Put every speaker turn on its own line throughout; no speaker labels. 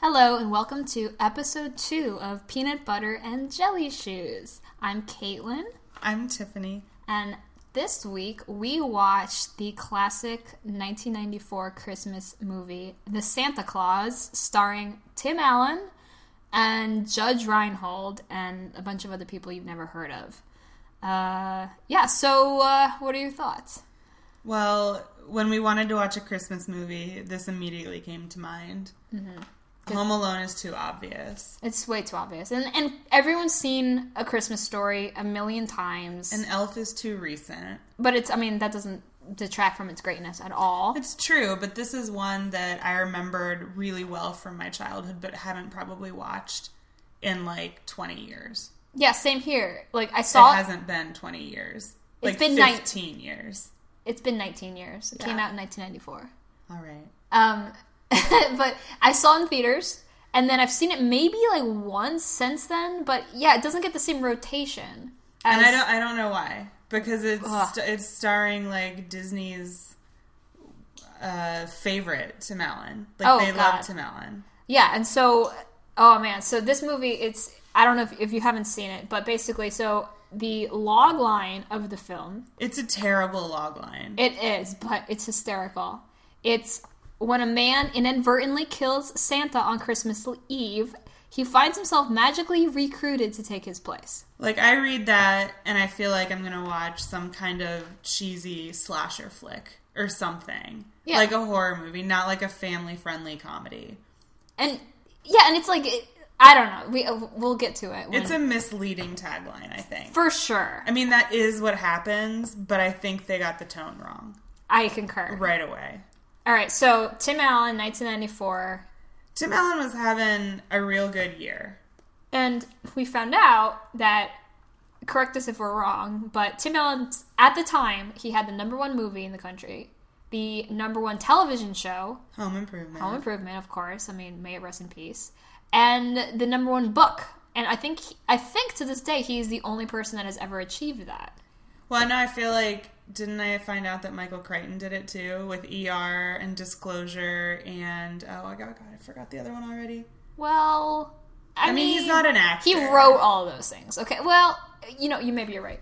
Hello, and welcome to episode two of Peanut Butter and Jelly Shoes. I'm Caitlin,
I'm Tiffany.
and this week we watched the classic 1994 Christmas movie, The Santa Claus, starring Tim Allen and Judge Reinhold and a bunch of other people you've never heard of. Uh, yeah, so uh, what are your thoughts?
Well, when we wanted to watch a Christmas movie, this immediately came to mind.
Mm-hmm.
Home Alone is too obvious.
It's way too obvious. And, and everyone's seen A Christmas Story a million times.
And Elf is too recent.
But it's, I mean, that doesn't detract from its greatness at all.
It's true, but this is one that I remembered really well from my childhood, but haven't probably watched in like 20 years.
Yeah, same here. Like, I saw
it
it
hasn't been 20 years. Like
been nine-
15 years.
has been 19 years. It came
Yeah.
out in 1994.
All right.
Um, but I saw it in theaters, and then I've seen it maybe like once since then. But yeah, it doesn't get the same rotation. As,
And I don't I don't know why because it's
Ugh.
st- it's starring like Disney's uh favorite Tim Allen. Like
Oh,
they
God.
love Tim Allen.
Yeah, and so oh man, so this movie it's I don't know if, if you haven't seen it, but basically, so the log line of the film
It's a terrible log line.
It is, but it's hysterical. It's when a man inadvertently kills Santa on Christmas Eve, he finds himself magically recruited to take his place.
like I read that and I feel like I'm going to watch some kind of cheesy slasher flick or something.
Yeah.
Like a horror movie, not like a family-friendly comedy.
And yeah, and it's like it, I don't know. We uh, we'll get to it. When,
It's a misleading tagline, I think.
for sure.
I mean, that is what happens, but I think they got the tone wrong
I concur.
right away.
All right, so Tim Allen, 1994,
Tim Allen was having a real good year.
and we found out that correct us if we're wrong, but Tim Allen at the time he had the number one movie in the country, the number one television show,
Home Improvement.
Home Improvement, of course. I mean, may it rest in peace. And the number one book. And I think I think to this day he's the only person that has ever achieved that.
Well, now I feel like didn't I find out that Michael Crichton did it too with ER and Disclosure and oh I got God I forgot the other one already.
Well, I,
I, mean, he's not an actor.
He wrote all those things. Okay. Well, you know, you maybe you're right.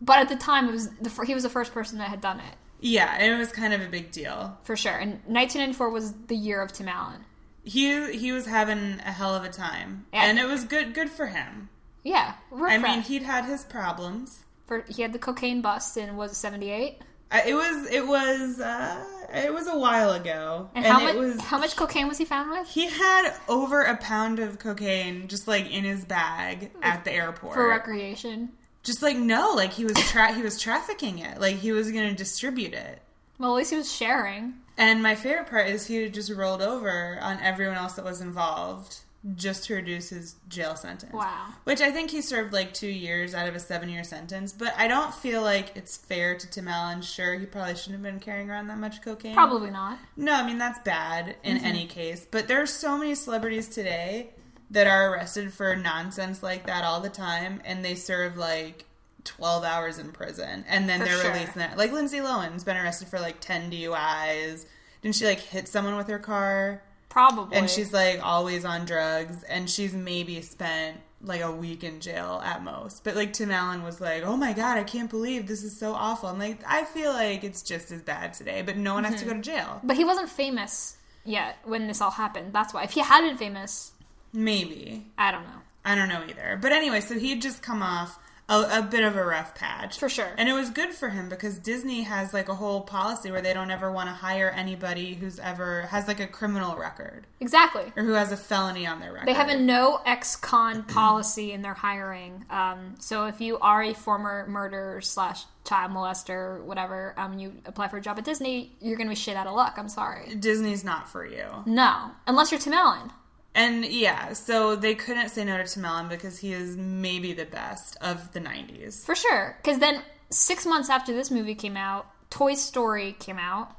But at the time, it was the fir- he was the first person that had done it
Yeah, and it was kind of a big deal.
for sure. And 1994 was the year of Tim Allen.
He he was having a hell of a time,
Yeah.
and it was good good for him.
Yeah, we're
I mean, he'd had his problems.
for, he had the cocaine bust in was it 78?
I, it was it was uh, it was a while ago,
And, how much
it was
how much cocaine was he found with?
He had over a pound of cocaine just like in his bag at the airport.
For recreation.
Just like no, like he was tra- he was trafficking it. Like he was going to distribute it.
Well, at least he was sharing.
And my favorite part is he just rolled over on everyone else that was involved just to reduce his jail sentence.
Wow.
Which I think he served like 2 years out of a 7-year sentence, but I don't feel like it's fair to Tim Allen. Sure, he probably shouldn't have been carrying around that much cocaine.
Probably not.
No, I mean that's bad in
Mm-hmm.
any case. But there are so many celebrities today that are arrested for nonsense like that all the time, and they serve like twelve hours in prison, and then
For
they're
sure.
released. That. Like Lindsay Lohan's been arrested for like ten DUIs. Didn't she like hit someone with her car?
Probably.
And she's like always on drugs, and she's maybe spent like a week in jail at most. But like Tim Allen was like, "Oh my god, I can't believe this is so awful." I'm like, I feel like it's just as bad today, but no one
Mm-hmm.
has to go to jail.
but he wasn't famous yet when this all happened. That's why. If he had been famous,
Maybe.
I don't know.
I don't know either. But anyway, so he'd just come off a, a bit of a rough patch.
For sure.
And it was good for him because Disney has like a whole policy where they don't ever want to hire anybody who's ever has like a criminal record
Exactly.
or who has a felony on their record.
They have a no ex-con policy in their hiring. Um, so if you are a former murderer slash child molester, or whatever, um, you apply for a job at Disney, you're gonna be shit out of luck. I'm sorry.
Disney's not for you.
No, unless you're Tim Allen.
And yeah, so they couldn't say no to Tim Allen because he is maybe the best of the 90s.
For sure. Because then six months after this movie came out, Toy Story came out.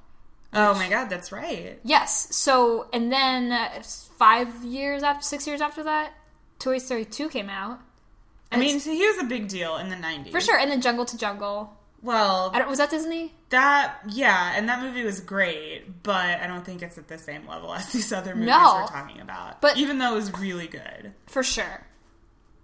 Oh my god, that's right.
Yes. So, and then uh, five years after, six years after that, Toy Story 2 came out.
I mean, so he was a big deal in the 90s.
For sure. And then Jungle to Jungle.
Well,
I don't, was that Disney?
that yeah, and that movie was great, but I don't think it's at the same level as these other movies
No.
we're talking about.
But-
even though it was really good.
For sure.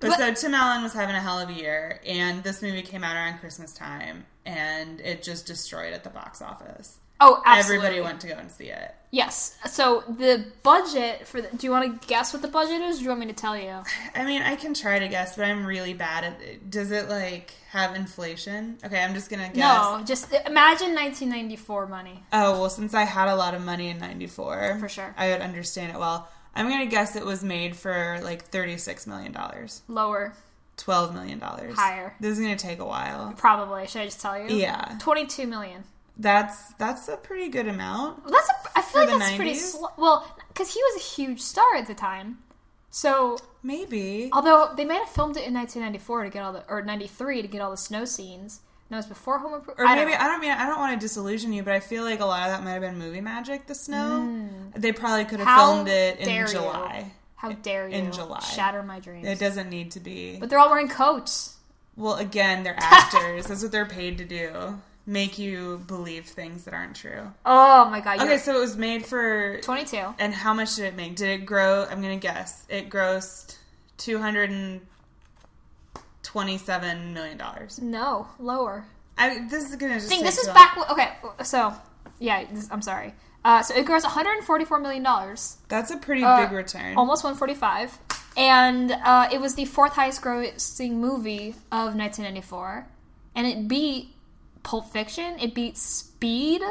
But,
But-
so Tim Allen was having a hell of a year, and this movie came out around Christmas time, and it just destroyed at the box office.
Oh, absolutely.
Everybody went to go and see it.
Yes. So the budget for the, do you want to guess what the budget is? Or do you want me to tell you?
I mean, I can try to guess, but I'm really bad at it. Does it like have inflation? Okay, I'm just gonna guess.
No, just imagine 1994 money.
Oh well, since I had a lot of money in '94,
For sure.
I would understand it well. I'm gonna guess it was made for like 36 million dollars,
Lower,
12 million dollars.
Higher.
This is gonna take a while.
probably. Should I just tell you?
Yeah,
22 million.
that's that's a pretty good amount.
Well, that's a, I feel
For
like
the
that's pretty
90s?
sl- well because he was a huge star at the time. So
Maybe.
although they might have filmed it in 1994 to get all the or 93 to get all the snow scenes. No, it was before Home Improvement.
Or
I don't
maybe
know.
I don't mean I don't want to disillusion you, but I feel like a lot of that might have been movie magic. The snow. They probably could have
Hmm. How
filmed it in
dare you.
July.
How dare you
in July.
shatter my dreams?
It doesn't need to be.
but they're all wearing coats.
well, again, they're actors. That's what they're paid to do. Make you believe things that aren't true.
Oh my god!
Okay,
Okay,
so it was made for.
22.
And how much did it make? Did it grow? I'm gonna guess it grossed two hundred and twenty-seven million dollars.
No, lower.
I this is gonna just
Thing.
take
This
too
is
long.
back. Okay, so yeah, this, I'm sorry. Uh, so it grossed 144 million dollars,
That's a pretty
uh,
big return.
almost 145, and uh, it was the fourth highest grossing movie of 1994, and it beat Pulp Fiction. It beat Speed.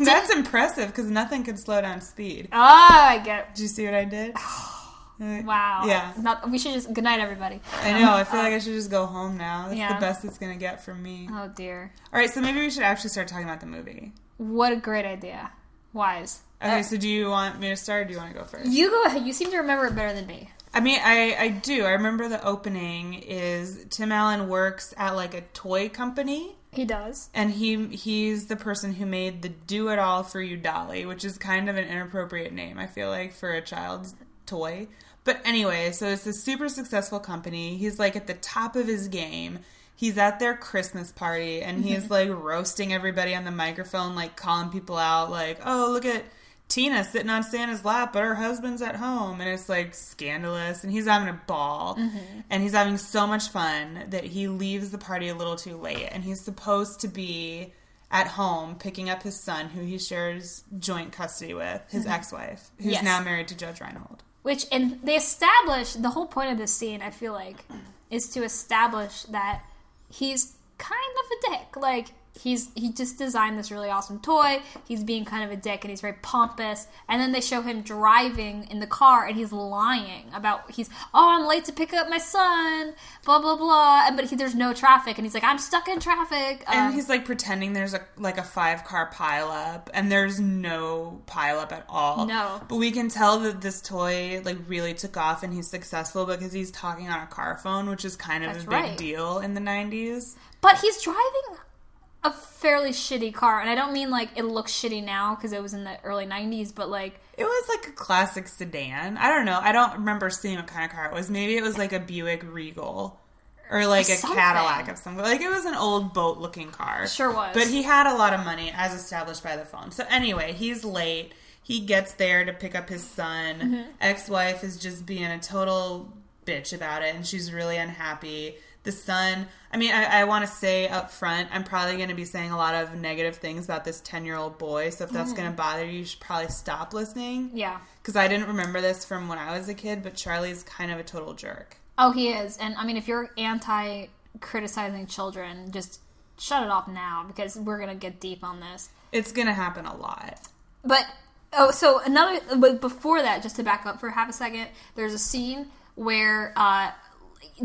That's impressive because nothing could slow down speed.
Ah, I get.
Did you see what I did?
Wow.
Yeah.
Not. We should just. Good night, everybody. Um,
I know. I feel like I should just go home now. That's
yeah.
the best it's gonna get from me.
Oh dear.
All right, so maybe we should actually start talking about the movie.
What a great idea. Wise.
Okay, so do you want me to start? or Do you want to go first?
You go ahead. You seem to remember it better than me.
I mean, I, I do. I remember the opening is Tim Allen works at like a toy company,
He does.
and he he's the person who made the "Do It All for You Dolly," which is kind of an inappropriate name. I feel like for a child's toy. But anyway, so it's a super successful company. He's like at the top of his game. He's at their Christmas party and he's like roasting everybody on the microphone, like calling people out, like, oh, look at Tina sitting on Santa's lap, but her husband's at home, and it's like scandalous. And he's having a ball, and he's having so much fun that he leaves the party a little too late. And he's supposed to be at home picking up his son, who he shares joint custody with, his ex wife, who's
Yes.
now married to Judge Reinhold.
Which, and they establish the whole point of this scene, I feel like, is to establish that he's kind of a dick. Like, he's he just designed this really awesome toy. He's being kind of a dick and he's very pompous. And then they show him driving in the car and he's lying about he's oh, I'm late to pick up my son, blah blah blah. And but he, there's no traffic and he's like I'm stuck in traffic. Um,
And he's like pretending there's a like a five car pileup, and there's no pileup at all.
No.
but we can tell that this toy like really took off, and he's successful because he's talking on a car phone, which is kind of
That's
a big
right.
deal in the '90s.
But he's driving a fairly shitty car, and I don't mean like it looks shitty now because it was in the early '90s, but like
It was like a classic sedan. I don't know. I don't remember seeing what kind of car it was. Maybe it was like a Buick Regal. Or like a
Something.
Cadillac of some like it was an old boat looking car.
Sure was.
But he had a lot of money as established by the phone. So anyway, he's late. He gets there to pick up his son. Ex-wife is just being a total bitch about it and she's really unhappy. The son, I mean, I, I want to say up front, I'm probably going to be saying a lot of negative things about this 10 year old boy. So if that's going to bother you, you should probably stop listening
yeah.
because I didn't remember this from when I was a kid, but Charlie's kind of a total jerk.
Oh, he is, and I mean if you're anti criticizing children, just shut it off now because we're gonna get deep on this.
It's gonna happen a lot.
But oh, so another but before that, just to back up for half a second, there's a scene where uh,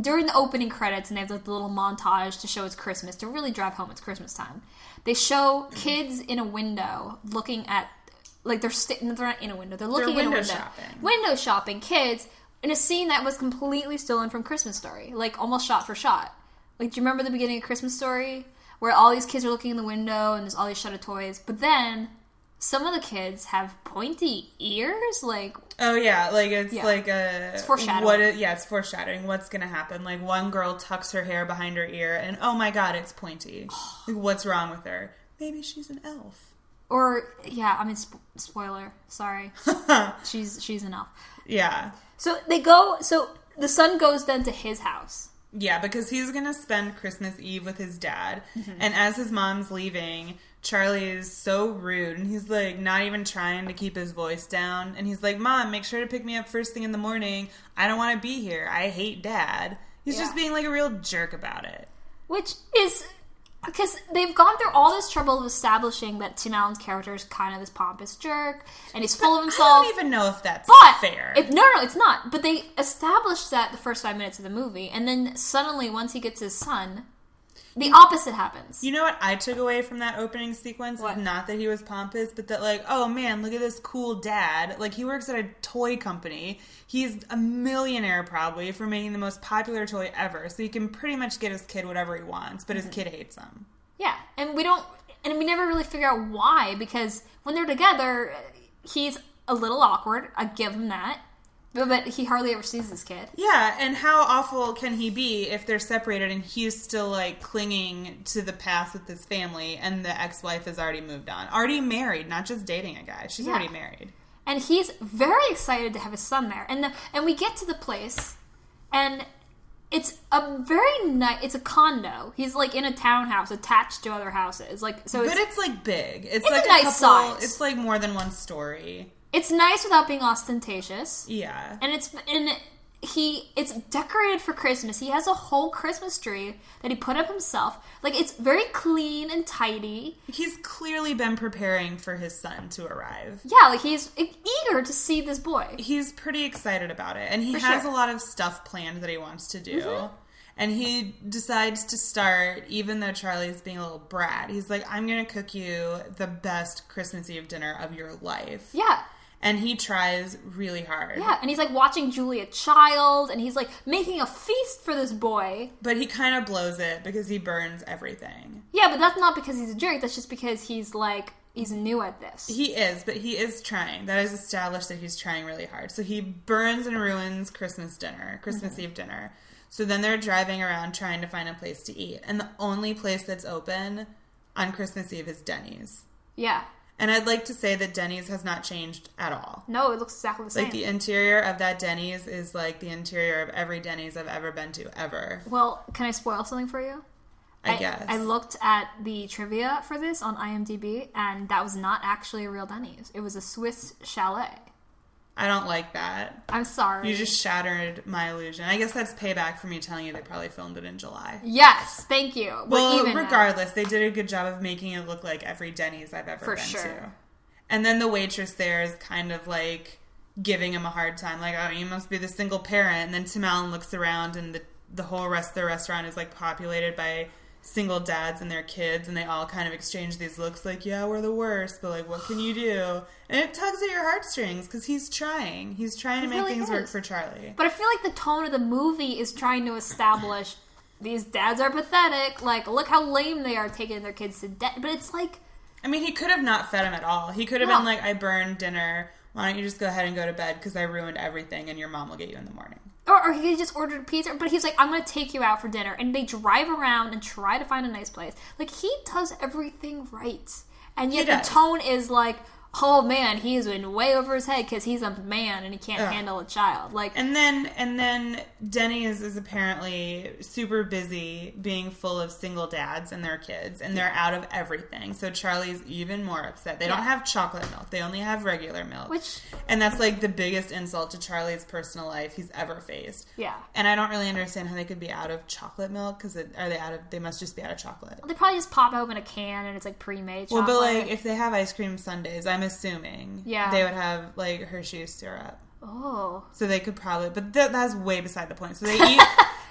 during the opening credits, and they have like the little montage to show it's Christmas to really drive home it's Christmas time. They show kids in a window looking at like they're sta- no, they're not in a window they're looking in a
window
window
shopping.
window shopping kids in a scene that was completely stolen from Christmas Story like almost shot for shot like do you remember the beginning of Christmas Story where all these kids are looking in the window and there's all these shuttered toys but then some of the kids have pointy ears. Like,
Oh yeah, like it's
Yeah.
like a
It's foreshadowing.
What it, yeah, it's foreshadowing what's gonna happen. Like one girl tucks her hair behind her ear, and oh my god, it's pointy. like, what's wrong with her? Maybe she's an elf.
or yeah, I mean, sp- spoiler. Sorry, she's she's enough.
yeah,
So they go. So the son goes then to his house.
yeah, because he's gonna spend Christmas Eve with his dad,
Mm-hmm.
and as his mom's leaving. Charlie is so rude and he's like not even trying to keep his voice down and he's like, "Mom, make sure to pick me up first thing in the morning. I don't want to be here. I hate dad." He's just
Yeah.
being like a real jerk about it.
Which is because they've gone through all this trouble of establishing that Tim Allen's character is kind of this pompous jerk and he's full of
I
himself.
don't even know if that's
But
fair.
It, no, no, it's not. But they established that the first five minutes of the movie, and then suddenly, once he gets his son, the opposite happens.
you know what I took away from that opening sequence?
What?
Not that he was pompous, but that like, oh man, look at this cool dad. Like he works at a toy company. He's a millionaire probably for making the most popular toy ever. So he can pretty much get his kid whatever he wants, but
Mm-hmm.
his kid hates him.
Yeah, and we don't, and we never really figure out why because when they're together, he's a little awkward. I give him that, but, but he hardly ever sees this kid.
Yeah, and how awful can he be if they're separated and he's still like clinging to the past with his family and the ex-wife has already moved on. Already married, not just dating a guy. She's
Yeah.
already married.
and he's very excited to have his son there. And the, and we get to the place, and it's a very nice. It's a condo. He's like in a townhouse attached to other houses. Like so, it's,
But it's like big. It's,
a
like a,
nice
couple,
size.
It's like more than one story.
it's nice without being ostentatious.
Yeah.
And it's and he it's decorated for Christmas. He has a whole Christmas tree that he put up himself. Like it's very clean and tidy.
He's clearly been preparing for his son to arrive.
Yeah, like he's eager to see this boy.
He's pretty excited about it, and he has
sure. Mm-hmm.
a lot of stuff planned that he wants to do. And he decides to start, even though Charlie's being a little brat. He's like, I'm going to cook you the best Christmas Eve dinner of your life.
Yeah.
And he tries really hard.
Yeah, and he's like watching Julia Child, and he's like making a feast for this boy.
But he kind of blows it because he burns everything.
Yeah, but that's not because he's a jerk. That's just because he's like he's new at this.
He is, but he is trying. That is established that he's trying really hard. So he burns and ruins Christmas dinner, Christmas Eve dinner. So then they're driving around trying to find a place to eat. And the only place that's open on Christmas Eve is Denny's.
Yeah.
And I'd like to say that Denny's has not changed at all.
No, it looks exactly the same.
Like the interior of that Denny's is like the interior of every Denny's I've ever been to ever.
well, can I spoil something for you?
I, guess.
I looked at the trivia for this on IMDb, and that was not actually a real Denny's. It was a Swiss chalet.
I don't like that.
I'm sorry.
You just shattered my illusion. I guess that's payback for me telling you they probably filmed it in July.
yes, thank you. We're
Well,
even uh, now.
regardless, they did a good job of making it look like every Denny's I've ever
For
been
sure.
to. And then the waitress there is kind of like giving him a hard time, like, "Oh, you must be the single parent." And then Tim Allen looks around, and the the whole rest of the restaurant is like populated by single dads and their kids, and they all kind of exchange these looks, like, "Yeah, we're the worst," but like, what can you do? And it tugs at your heartstrings because he's trying. He's trying to
He
make
really
things work
is.
for Charlie.
But I feel like the tone of the movie is trying to establish these dads are pathetic. Like, look how lame they are taking their kids to debt. But it's like,
I mean, he could have not fed him at all. He could have
No.
been like, I burned dinner. Why don't you just go ahead and go to bed because I ruined everything and your mom will get you in the morning.
or, or he just ordered pizza. But he's like, I'm going to take you out for dinner. And they drive around and try to find a nice place. Like, he does everything right. And yet the
does.
tone is like, oh man, he has been way over his head because he's a man and he can't
Ugh.
handle a child. Like,
And then and then Denny's is apparently super busy being full of single dads and their kids and they're out of everything. So Charlie's even more upset. They
Yeah.
don't have chocolate milk. They only have regular milk.
Which-
and that's like the biggest insult to Charlie's personal life he's ever faced.
yeah.
And I don't really understand how they could be out of chocolate milk cuz are they out of they must just be out of chocolate.
They probably just pop open a can and it's like pre made
Well,
chocolate.
but like if they have ice cream sundaes, I'm assuming
Yeah.
they would have like Hershey's syrup,
oh.
so they could probably. But th- that's way beside the point. So they eat,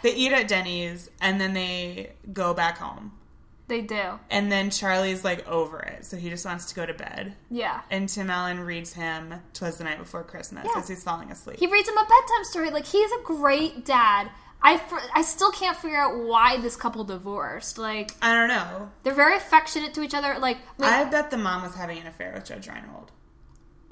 they eat at Denny's, and then they go back home,
They do.
and then Charlie's like over it, so he just wants to go to bed.
Yeah.
And Tim Allen reads him "Twas the Night Before Christmas"
Yeah.
as he's falling asleep.
He reads him a bedtime story. Like he's a great dad. I, fr- I still can't figure out why this couple divorced. Like,
I don't know.
they're very affectionate to each other. Like, like,
I bet the mom was having an affair with Judge Reinhold.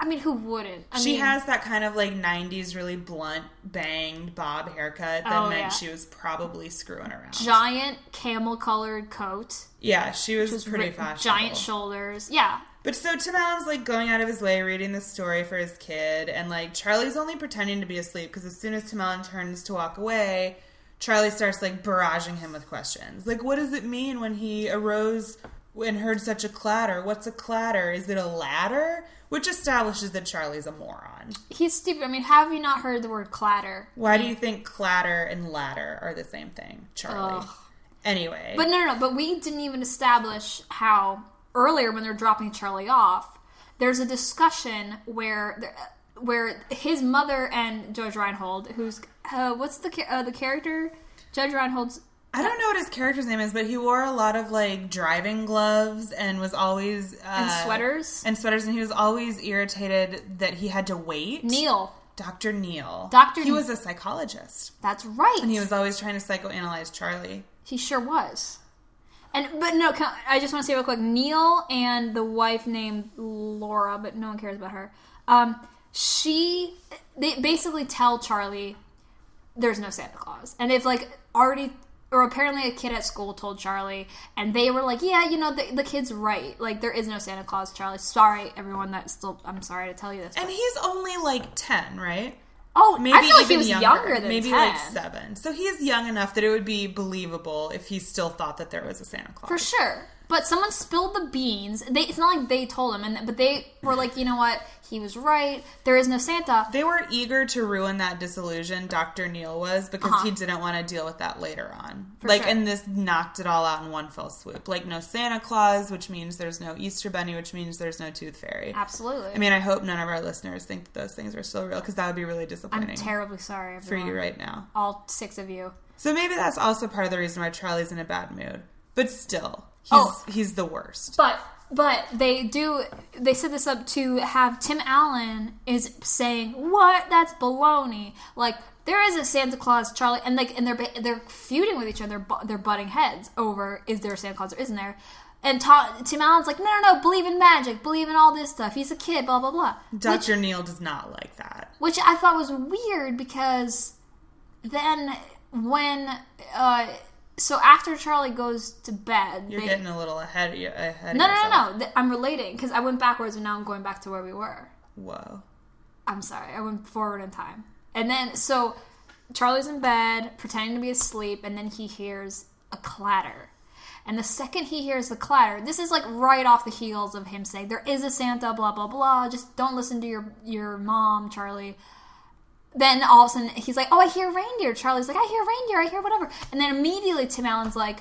I mean, who wouldn't? I
She
mean,
has that kind of like 90s really blunt, banged bob haircut that
Oh,
meant
yeah.
she was probably screwing around.
giant camel colored coat,
yeah, she was pretty
ri-
fashionable.
giant shoulders. Yeah,
But so Tim Allen's like going out of his way reading the story for his kid, and like Charlie's only pretending to be asleep because as soon as Tim Allen turns to walk away, Charlie starts like barraging him with questions. Like, what does it mean when he arose and heard such a clatter? What's a clatter? Is it a ladder? Which establishes that Charlie's a moron.
he's stupid. I mean, have you not heard the word clatter?
Why do you think clatter and ladder are the same thing, Charlie?
Ugh.
Anyway,
But no, no, no. But we didn't even establish how earlier when they're dropping Charlie off, there's a discussion where where his mother and Judge Reinhold, who's uh, what's the cha- uh, the character Judge Reinhold's
I don't know what his character's name is, but he wore a lot of like driving gloves and was always uh,
and sweaters
and sweaters, and he was always irritated that he had to wait.
Neil.
Dr. Neil.
Dr.
He
Ne-
was a psychologist.
That's right.
And he was always trying to psychoanalyze Charlie.
He sure was. And but no, can- I just want to say real quick. Neil and the wife named Laura, but no one cares about her. Um, she they basically tell Charlie there's no Santa Claus, and if like already or apparently a kid at school told Charlie, and they were like, yeah, you know, the, the kid's right. Like there is no Santa Claus, Charlie. Sorry, everyone. That's still I'm sorry to tell you this.
And he's only like 10, right?
oh,
Maybe
I feel like
even
he was younger, than
Maybe
ten.
like 7. So he is young enough that it would be believable if he still thought that there was a Santa Claus.
For sure. But someone spilled the beans. They, it's not like they told him, and but they were like, you know what? He was right. There is no Santa.
They were eager to ruin that disillusion Dr. Neil was because he didn't want to deal with that later on. like,
Uh-huh. sure.
and this knocked it all out in one fell swoop. Like, no Santa Claus, which means there's no Easter Bunny, which means there's no Tooth Fairy.
Absolutely.
I mean, I hope none of our listeners think that those things are still real because that would be really
I'm
disappointing
terribly sorry
for
everyone.
you right now.
All six of you.
So maybe that's also part of the reason why Charlie's in a bad mood. But still, he's
Oh.
he's the worst.
But but they do they set this up to have Tim Allen is saying what that's baloney like there is a Santa Claus Charlie and like and they're ba- they're feuding with each other bu- they're butting heads over is there a Santa Claus or isn't there and Ta- Tim Allen's like no no no believe in magic believe in all this stuff he's a kid blah blah blah
Dr. Neil does not like that.
which I thought was weird because then when uh so after Charlie goes to bed
You're getting a little ahead of you. Ahead
no,
of
no,
yourself.
no, no. Th- I'm relating because I went backwards and now I'm going back to where we were.
Whoa.
I'm sorry. I went forward in time. And then, so Charlie's in bed, pretending to be asleep, and then he hears a clatter. And the second he hears the clatter, this is like right off the heels of him saying, There is a Santa, blah, blah, blah. Just don't listen to your, your mom, Charlie. Then all of a sudden he's like, Oh, I hear reindeer. Charlie's like, I hear reindeer. I hear whatever. And then immediately Tim Allen's like,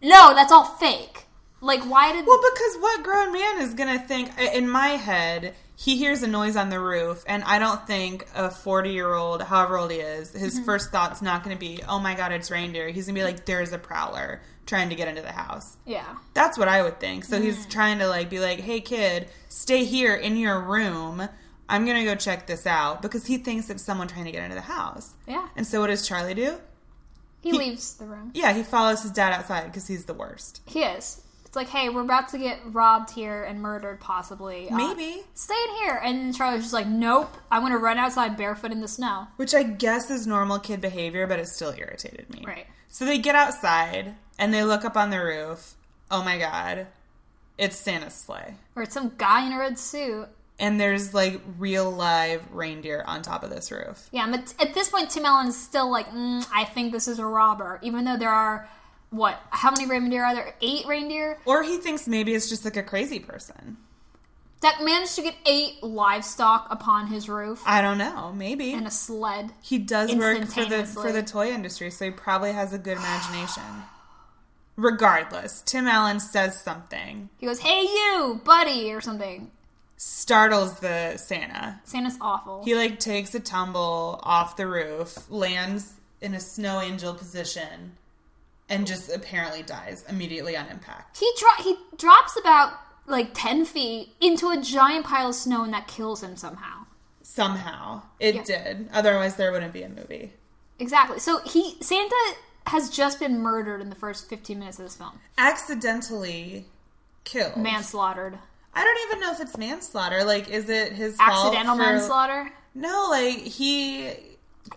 No, that's all fake. Like, why did.
Well, because what grown man is going to think? I- In my head, he hears a noise on the roof, and I don't think a 40 year old, however old he is, his first thought's not going to be, oh my God, it's reindeer. He's going to be like, there's a prowler trying to get into the house.
yeah.
That's what I would think. So he's trying to like be like, hey, kid, stay here in your room. I'm going to go check this out because he thinks it's someone trying to get into the house.
Yeah.
And so what does Charlie do?
He,
He-
leaves the room.
Yeah, he follows his dad outside because he's the worst.
He is. It's like, hey, we're about to get robbed here and murdered, possibly. Uh,
Maybe.
stay in here. And Charlie's just like, nope, I'm going to run outside barefoot in the snow.
Which I guess is normal kid behavior, but it still irritated me.
Right.
So they get outside and they look up on the roof. Oh my god. It's Santa's sleigh.
Or it's some guy in a red suit.
And there's like real live reindeer on top of this roof.
Yeah, but at this point, Tim Allen's still like, mm, I think this is a robber, even though there are, what, how many reindeer are there? Eight reindeer?
Or he thinks maybe it's just like a crazy person.
That managed to get eight livestock upon his roof
I don't know, maybe.
and a sled.
he does work for the for
Instantaneously.
the toy industry, so he probably has a good imagination. Regardless, Tim Allen says something,
He goes, hey, you, buddy, or something.
startles the Santa.
Santa's awful.
He like takes a tumble off the roof, lands in a snow angel position, and just apparently dies immediately on impact.
He dro- he drops about like ten feet into a giant pile of snow, and that kills him somehow.
Somehow it
Yeah.
did. Otherwise, there wouldn't be a movie.
Exactly. So he Santa has just been murdered in the first 15 minutes of this film.
Accidentally killed.
Manslaughtered.
I don't even know if it's manslaughter. Like, is it his fault
Accidental
for-
manslaughter?
No, like he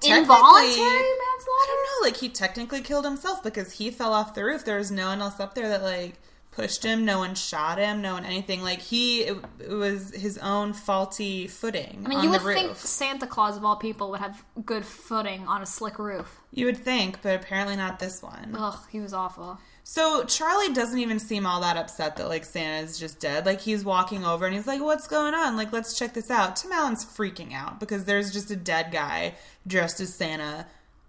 technically-
Involuntary
I
manslaughter?
don't know. Like he technically killed himself because he fell off the roof. There was no one else up there that like pushed him. No one shot him. No one anything. Like he, it, it was his own faulty footing.
I mean,
on
you
the
would
roof.
think Santa Claus of all people would have good footing on a slick roof.
you would think, but apparently not this one.
Ugh, he was awful.
So Charlie doesn't even seem all that upset that like Santa's just dead. Like he's walking over and he's like, "What's going on? Like let's check this out." Tim Allen's freaking out because there's just a dead guy dressed as Santa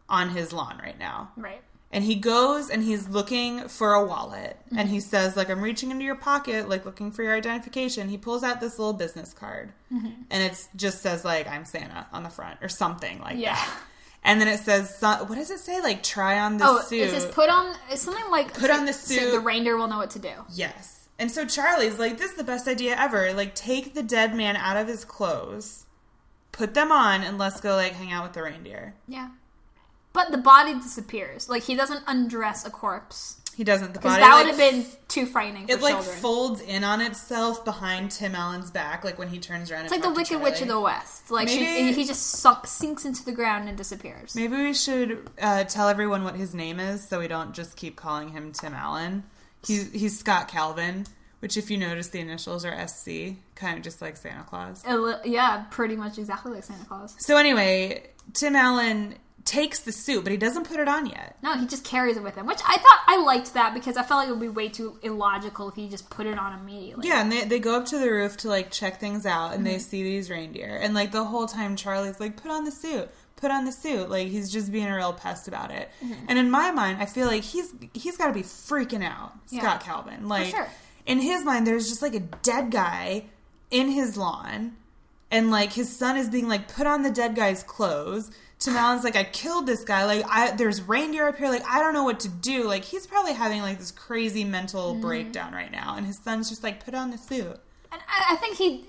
on his lawn right now.
Right.
and he goes and he's looking for a wallet and he says like i'm reaching into your pocket like looking for your identification he pulls out this little business card and it just says like i'm santa on the front or something like
Yeah.
that and then it says so- what does it say like try on this
Oh,
suit
it says put on. It's something like
Put on the
so
suit.
the reindeer will know what to do.
yes and so charlie's like this is the best idea ever like take the dead man out of his clothes put them on and let's go like hang out with the reindeer
Yeah. But the body disappears. Like he doesn't undress a corpse
he doesn't the
because
body
that
like,
would have been too frightening for
It like
children.
folds in on itself behind Tim Allen's back, like when he turns around.
it's like the Wicked Witch of the West. Like she,
Maybe-
he just sunk, sinks into the ground and disappears.
Maybe we should uh, tell everyone what his name is, so we don't just keep calling him Tim Allen. He's he's Scott Calvin, which if you notice, the initials are SC, kind of just like Santa Claus.
A li- yeah, pretty much exactly like Santa Claus.
So anyway, Tim Allen takes the suit, but he doesn't put it on yet.
No, he just carries it with him, which I thought I liked that because I felt like it would be way too illogical if he just put it on immediately.
Yeah, and they, they go up to the roof to like check things out, and they see these reindeer, and like the whole time Charlie's like, "Put on the suit, put on the suit." Like he's just being a real pest about it. And in my mind, I feel like he's he's got to be freaking out,
Yeah.
Scott Calvin. Like
sure.
in his mind, there's just like a dead guy in his lawn, and like his son is being like, "Put on the dead guy's clothes." To Alan's like, "I killed this guy. Like I there's reindeer up here. Like I don't know what to do. Like he's probably having like this crazy mental
Mm-hmm.
breakdown right now, and his son's just like, "Put on the suit."
And I, I think he,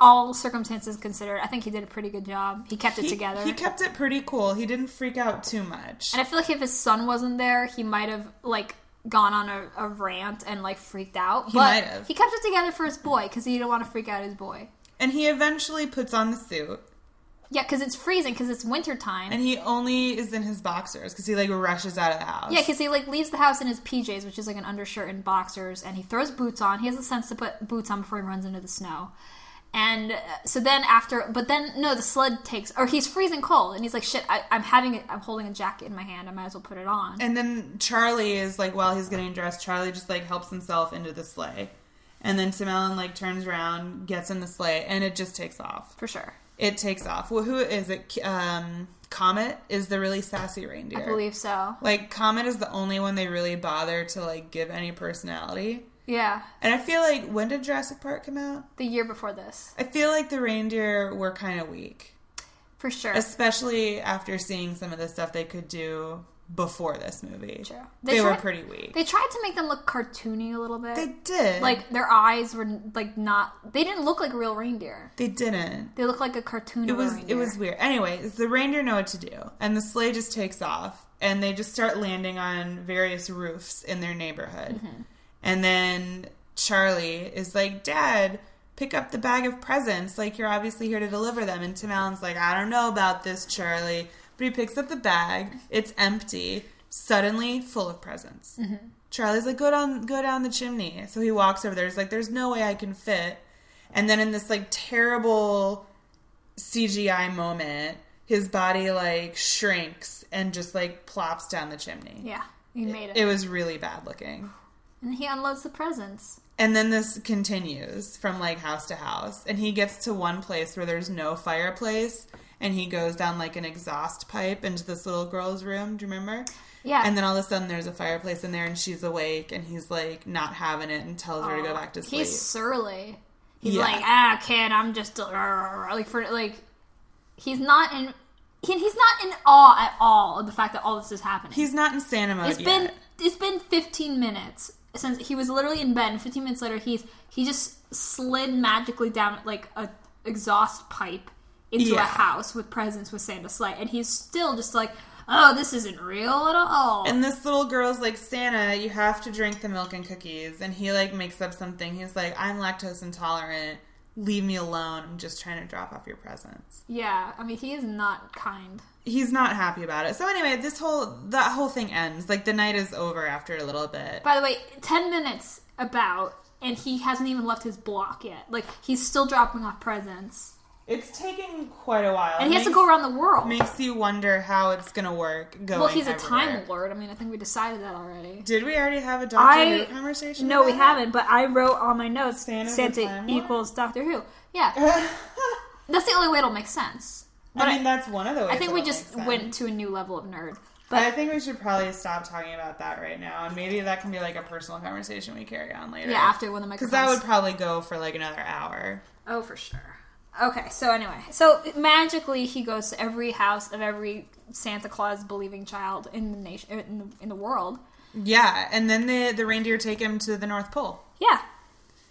all circumstances considered, I think he did a pretty good job. He kept it
He-
together.
He kept it pretty cool. He didn't freak out too much.
and I feel like if his son wasn't there, he might have, like, gone on a, a rant and, like, freaked out. He
might have.
He kept it together for his boy because he didn't want to freak out his boy.
And he eventually puts on the suit.
Yeah, because it's freezing because it's wintertime.
And he only is in his boxers because he like rushes out of the house.
Yeah, because he like leaves the house in his PJs, which is like an undershirt and boxers, and he throws boots on. He has the sense to put boots on before he runs into the snow. And uh, so then after, but then no, the sled takes, or he's freezing cold, and he's like, "Shit, I, I'm having, a, I'm holding a jacket in my hand. I might as well put it on."
And then Charlie is like, while he's getting dressed, Charlie just like helps himself into the sleigh. And then Tim Allen like turns around, gets in the sleigh, and it just takes off.
for sure,
It takes off. Well, who is it? Um, Comet is the really sassy reindeer.
I believe so.
Like Comet is the only one they really bother to like give any personality.
Yeah,
And I feel like when did Jurassic Park come out?
the year before this,
I feel like the reindeer were kind of weak,
for sure.
especially after seeing some of the stuff they could do before this movie.
True.
They,
They
were
tried-
pretty weak.
They tried to make them look cartoony a little bit.
They did.
like their eyes were like not, they didn't look like real reindeer.
they didn't.
They looked like a cartoon.
It
of a
was it
reindeer.
was weird. Anyways, the reindeer know what to do, and the sleigh just takes off, and they just start landing on various roofs in their neighborhood, and then Charlie is like, "Dad." Pick up the bag of presents, like you're obviously here to deliver them. And Tim Allen's like, I don't know about this, Charlie. But he picks up the bag, it's empty, suddenly full of presents. Charlie's like, go down, go down the chimney. So he walks over there. He's like, there's no way I can fit. And then in this like terrible CGI moment, his body like shrinks and just like plops down the chimney.
yeah, you made
It was really bad looking.
And he unloads the presents.
And then this continues from like house to house. And he gets to one place where there's no fireplace and he goes down like an exhaust pipe into this little girl's room. Do you remember?
Yeah.
And then all of a sudden there's a fireplace in there and she's awake and he's like not having it and tells her to go back to sleep.
He's surly. He's
Yeah.
like, ah, kid, I'm just a-" like for like. He's not in. He, he's not in awe at all of the fact that all this is happening.
He's not in Santa mode
It's
yet.
been it's been 15 minutes since he was literally in bed. And 15 minutes later, he's he just slid magically down like a exhaust pipe into
Yeah.
a house with presents with Santa's sleigh, and he's still just like. oh, this isn't real at all.
And this little girl's like, Santa, you have to drink the milk and cookies. And he like makes up something. He's like, I'm lactose intolerant. Leave me alone. I'm just trying to drop off your presents.
yeah, I mean, he is not kind.
He's not happy about it. So anyway, this whole that whole thing ends. Like the night is over after a little bit.
By the way, 10 minutes about, and he hasn't even left his block yet. Like, he's still dropping off presents.
It's taking quite a while.
And he has to
Makes-
go around the world.
Makes you wonder how it's gonna work. Going
well, he's a
everywhere.
time lord. I mean, I think we decided that already.
Did we already have a Doctor
I-
Who conversation?
No, we
about
haven't, but I wrote on my notes
Santa's a
Santa
Time Lord?
equals Doctor Who. Yeah,
that?
that's the only way it'll make sense. But
I mean, that's one of the ways.
I think we
it'll
just
make
went
sense.
to a new level of nerd.
But I
But
think we should probably stop talking about that right now, and maybe that can be like a personal conversation we carry on later.
yeah, after when the microphones.
because that would probably go for like another hour.
Oh, for sure. Okay, so anyway, so magically he goes to every house of every Santa Claus believing child in the nation, in the, in the world.
Yeah, and then the the reindeer take him to the North Pole.
Yeah,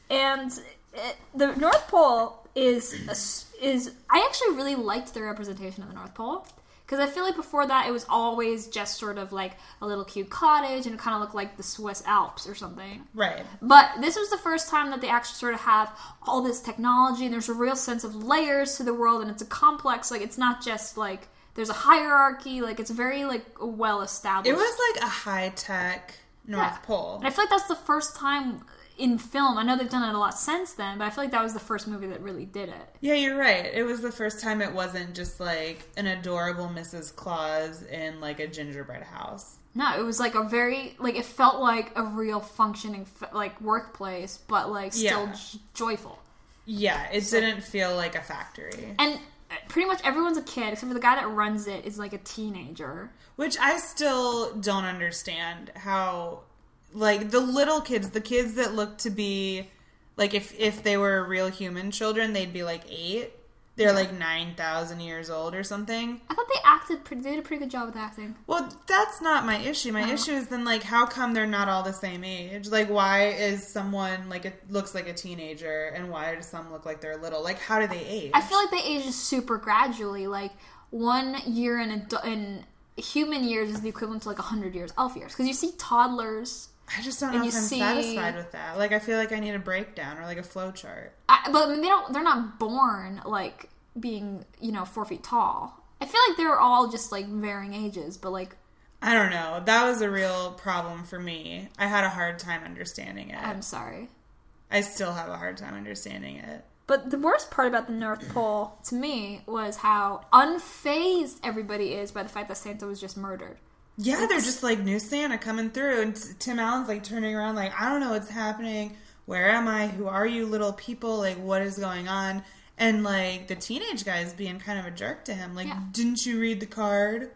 and it, the North Pole is a s is I actually really liked the representation of the North Pole because I feel like before that it was always just sort of like a little cute cottage and it kind of looked like the Swiss Alps or something.
Right.
But this was the first time that they actually sort of have all this technology, and there's a real sense of layers to the world, and it's a complex. Like it's not just like there's a hierarchy. Like it's very like well established.
It was like a high tech North
Yeah.
Pole.
and I feel like that's the first time in film. I know they've done it a lot since then, but I feel like that was the first movie that really did it.
Yeah, you're right. It was the first time it wasn't just like an adorable Mrs. Claus in like a gingerbread house.
No, it was like a very like it felt like a real functioning f- like workplace, but like still
Yeah.
j- joyful.
Yeah, it didn't feel like a factory.
And uh, pretty much everyone's a kid except for the guy that runs it is like a teenager.
Which I still don't understand how like the little kids, the kids that look to be like if if they were real human children, they'd be like 8. They're like 9,000 years old or something.
I thought they acted pretty. They did a pretty good job with acting.
Well, that's not my issue. My issue is then like how come they're not all the same age? Like why is someone like it looks like a teenager and why do some look like they're little? Like how do they age?
I feel like they age super gradually. Like one year in adu- in human years is the equivalent to like hundred years elf years. Because you see toddlers,
I just don't know
you
if I'm
see-
satisfied with that. Like I feel like I need a breakdown or like a flow chart.
I, but they don't. They're not born like being you know four feet tall. I feel like they're all just like varying ages, but like
I don't know. That was a real problem for me. I had a hard time understanding it.
I'm sorry.
I still have a hard time understanding it.
But the worst part about the North Pole to me was how unfazed everybody is by the fact that Santa was just murdered.
Yeah, they're just like new Santa coming through, and t- Tim Allen's like turning around, like I don't know what's happening. Where am I? Who are you, little people? Like what is going on? And like the teenage guy is being kind of a jerk to him. Like,
Yeah.
didn't you read the card?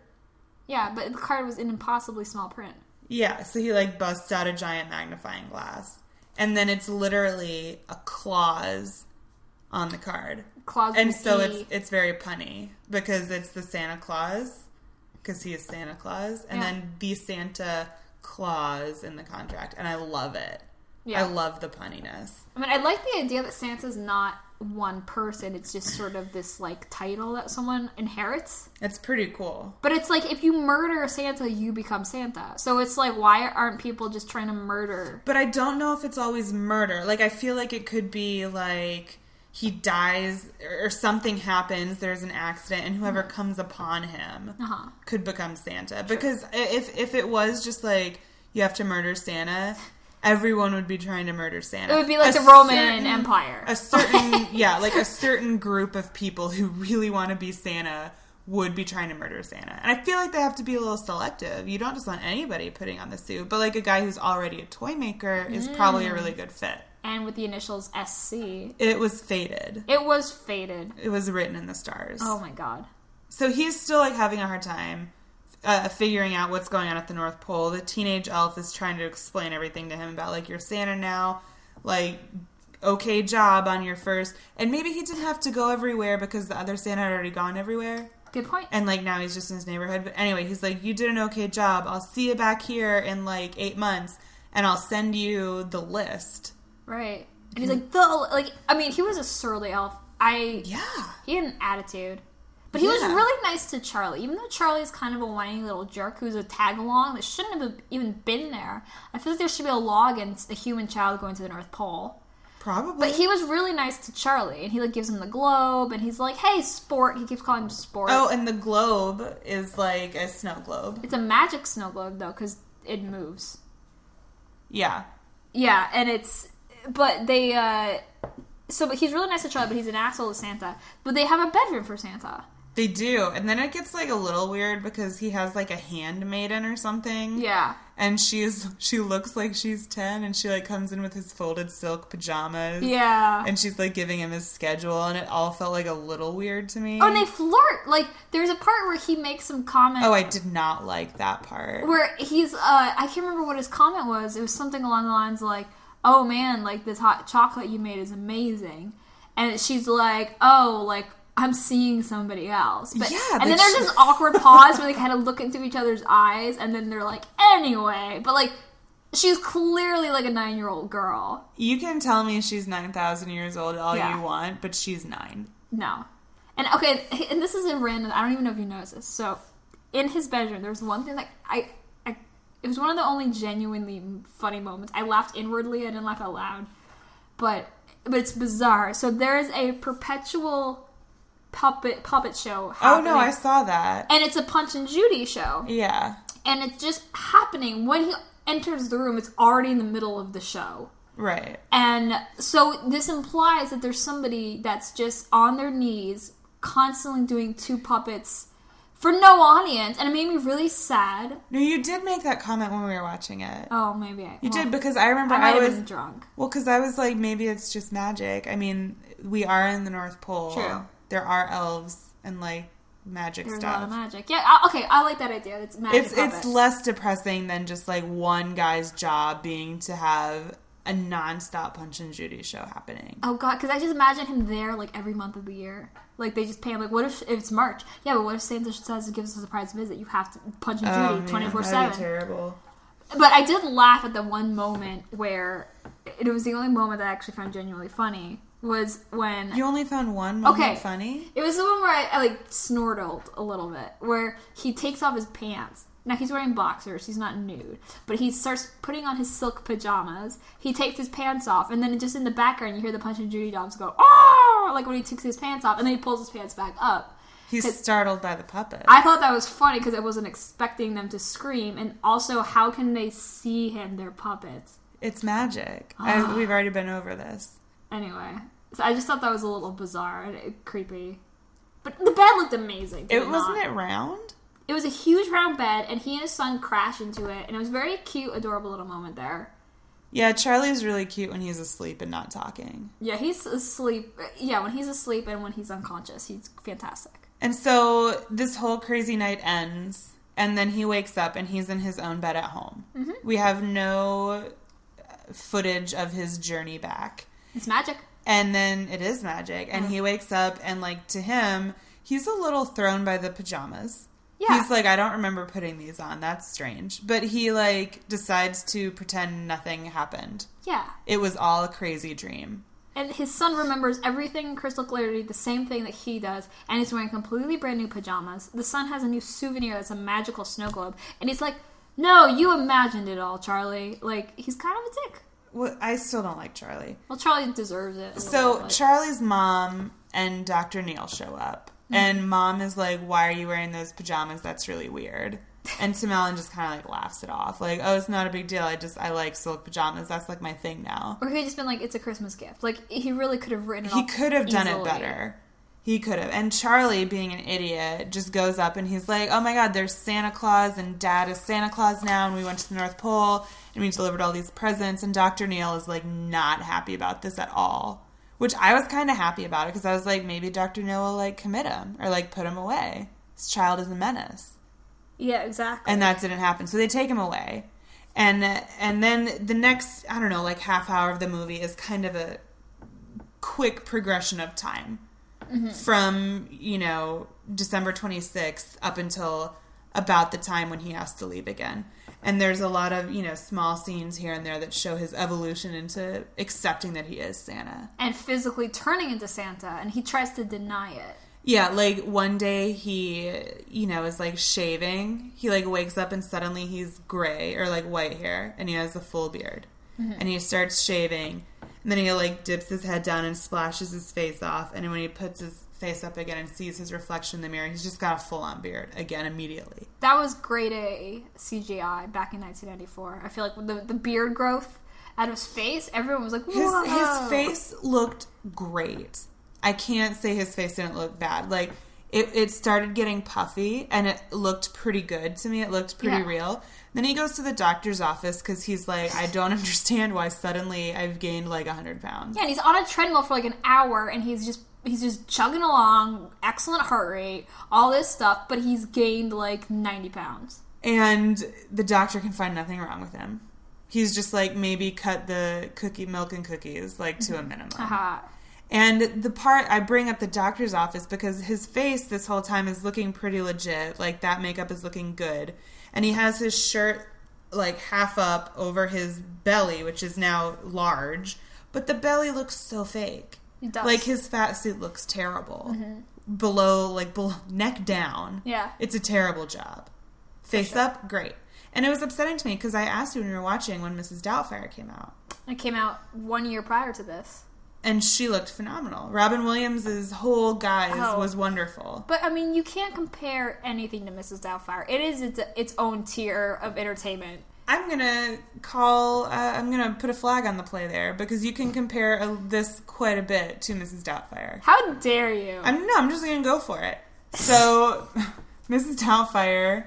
Yeah, but the card was in impossibly small print.
Yeah, so he like busts out a giant magnifying glass, and then it's literally a clause on the card.
Claus
and
with
so
the-
it's it's very punny because it's the Santa Claus because he is Santa Claus, and
Yeah.
then the Santa Claus in the contract, and I love it.
Yeah.
I love the punniness.
I mean, I like the idea that Santa's not one person. It's just sort of this like title that someone inherits.
It's pretty cool.
But it's like if you murder Santa, you become Santa. So it's like why aren't people just trying to murder?
But I don't know if it's always murder. Like I feel like it could be like he dies or something happens, there's an accident and
Mm-hmm.
whoever comes upon him
Uh-huh.
could become Santa. Because i- if if it was just like you have to murder Santa, everyone would be trying to murder Santa.
It would be like
A
the Roman
certain-
Empire.
A certain yeah, like a certain group of people who really want to be Santa would be trying to murder Santa. And I feel like they have to be a little selective. You don't just want anybody putting on the suit, but like a guy who's already a toy maker is probably a really
Mm.
good fit.
and with the initials SC,
It was fated.
it was faded.
It was written in the stars.
Oh my god.
So he's still like having a hard time uh, figuring out what's going on at the North Pole. The teenage elf is trying to explain everything to him about like you're Santa now, like okay job on your first, and maybe he didn't have to go everywhere because the other Santa had already gone everywhere,
Good point.
and like now he's just in his neighborhood. But anyway, he's like you did an okay job. I'll see you back here in like eight months, and I'll send you the list.
Right. And he's like the like I mean, he was a surly elf. I
Yeah.
he had an attitude. But he was
Yeah.
really nice to Charlie, even though Charlie's kind of a whiny little jerk who's a tag along that shouldn't have even been there. I feel like there should be a law against a human child going to the North Pole.
Probably.
But he was really nice to Charlie, and he like gives him the globe, and he's like, "Hey, sport." He keeps calling him sport.
oh, and the globe is like a snow globe.
It's a magic snow globe though, because it moves.
Yeah.
Yeah, and it's but they uh so but he's really nice to Charlie, but he's an asshole to Santa. But they have a bedroom for Santa.
They do. And then it gets like a little weird because he has like a handmaiden or something.
Yeah.
And she's she looks like she's 10 and she like comes in with his folded silk pajamas.
Yeah.
And she's like giving him his schedule and it all felt like a little weird to me.
oh, and they flirt. Like there's a part where he makes some comment
Oh, I did not like that part.
where he's uh I can't remember what his comment was. It was something along the lines of like, "Oh man, like this hot chocolate you made is amazing," and she's like, "Oh, like." I'm seeing somebody else, but
Yeah,
and then
like
there's
she-
this awkward pause where they kind of look into each other's eyes, and then they're like, "Anyway," but like she's clearly like a nine year old girl.
You can tell me she's 9,000 years old all
Yeah.
you want, but she's 9.
No, and okay, and this is a random. I don't even know if you noticed this. So, in his bedroom, there was one thing that I, I, it was one of the only genuinely funny moments. I laughed inwardly. I didn't laugh out loud, but but it's bizarre. So there is a perpetual puppet puppet show.
Oh
happening,
no, I saw that.
And it's a Punch and Judy show,
Yeah.
and it's just happening when he enters the room. It's already in the middle of the show.
Right.
And so this implies that there's somebody that's just on their knees, constantly doing two puppets for no audience, and it made me really sad.
No, you did make that comment when we were watching it.
Oh, maybe I
you
well,
did because I remember
I
I,
might have
was
been drunk.
Well, because I was like, maybe it's just magic. I mean, we are in the North Pole.
True.
There are elves and like magic
There's a lot
stuff.
of magic. Yeah, I, okay, I like that idea. It's magic.
it's it's less depressing than just like one guy's job being to have a nonstop Punch and Judy show happening.
Oh god, because I just imagine him there like every month of the year. Like they just pay him. Like, what if, if it's March? Yeah, but what if Santa says and gives us a surprise visit? You have to punch and
Oh,
Judy
man,
twenty four
that'd be
seven.
Terrible.
But I did laugh at the one moment where it was the only moment that I actually found genuinely funny was when
You only found one moment
Okay.
funny.
it was the one where I, I like snortled a little bit, where he takes off his pants. Now he's wearing boxers, he's not nude, but he starts putting on his silk pajamas. He takes his pants off, and then just in the background, you hear the Punch and Judy dogs go, oh, like when he takes his pants off, and then he pulls his pants back up.
He's startled by the puppet.
I thought that was funny because I wasn't expecting them to scream, and also, how can they see him? They're puppets.
it's magic.
Ah.
I, we've already been over this.
Anyway, so I just thought that was a little bizarre and it, creepy. But the bed looked amazing. did
It wasn't
not?
it round.
It was a huge round bed, and he and his son crash into it, and it was a very cute, adorable little moment there.
Yeah, Charlie's really cute when he's asleep and not talking.
Yeah, he's asleep. Yeah, when he's asleep and when he's unconscious, he's fantastic.
And so this whole crazy night ends, and then he wakes up and he's in his own bed at home. We have no uh, footage of his journey back.
It's magic.
And then it is magic, and he wakes up, and like to him, he's a little thrown by the pajamas.
Yeah.
He's like, I don't remember putting these on. That's strange. But he like decides to pretend nothing happened.
Yeah.
It was all a crazy dream.
And his son remembers everything in crystal clarity, the same thing that he does, and he's wearing completely brand new pajamas. The son has a new souvenir that's a magical snow globe, and he's like, No, you imagined it all, Charlie. Like, he's kind of a dick.
Well, I still don't like Charlie.
Well, Charlie deserves it. a little
So
bit, but-
Charlie's mom and Dr. Neil show up, and mom is like, "Why are you wearing those pajamas? That's really weird." And Tim Allen just kind of like laughs it off, like, "Oh, it's not a big deal. I just I like silk pajamas. That's like my thing now."
or he had just been like, "It's a Christmas gift." Like he really could have written. It
He
off
could have done it
easily.
better. He could have. And Charlie, being an idiot, just goes up and he's like, "Oh my God, there's Santa Claus, and Dad is Santa Claus now, and we went to the North Pole, and we delivered all these presents." And Dr. Neil is like not happy about this at all, which I was kind of happy about it because I was like, maybe Dr. Neil will like commit him or like put him away. This child is a menace
Yeah, exactly.
and that didn't happen. So they take him away, and and then the next I don't know like half hour of the movie is kind of a quick progression of time from you know December twenty sixth up until about the time when he has to leave again. And there's a lot of you know small scenes here and there that show his evolution into accepting that he is Santa.
and physically turning into Santa, and he tries to deny it.
Yeah, like one day he, you know, is like shaving. He like wakes up and suddenly he's gray or like white hair and he has the full beard. And he starts shaving. And then he like dips his head down and splashes his face off. And then when he puts his face up again and sees his reflection in the mirror, he's just got a full on beard again immediately.
That was grade A CGI back in 1994. I feel like the the beard growth out of his face, everyone was like,
His,
"Whoa!"
his face looked great. I can't say his face didn't look bad. Like it, it started getting puffy and it looked pretty good to me. It looked pretty
Yeah.
real. Then he goes to the doctor's office because he's like, I don't understand why suddenly I've gained like 100 pounds.
Yeah, and he's on a treadmill for like an hour, and he's just he's just chugging along, excellent heart rate, all this stuff, but he's gained like 90 pounds.
And the doctor can find nothing wrong with him. He's just like, maybe cut the cookie, milk and cookies like to a minimum.
Haha.
And the part I bring up the doctor's office because his face this whole time is looking pretty legit. Like that makeup is looking good. And he has his shirt like half up over his belly, which is now large. But the belly looks so fake.
It does. Mm-hmm.
Like his fat suit looks terrible. Below, like below, neck down.
Yeah.
It's a terrible job. Face up, great. And it was upsetting to me because I asked you when you were watching when Mrs. Doubtfire came out
It came out one year prior to this.
and she looked phenomenal. Robin Williams' whole guise
Oh.
was wonderful.
But I mean, you can't compare anything to Mrs. Doubtfire. It is its, its own tier of entertainment.
I'm gonna call. Uh, I'm gonna put a flag on the play there because you can compare uh this quite a bit to Mrs. Doubtfire.
How dare you?
I'm no. I'm just gonna go for it. So, Mrs. Doubtfire,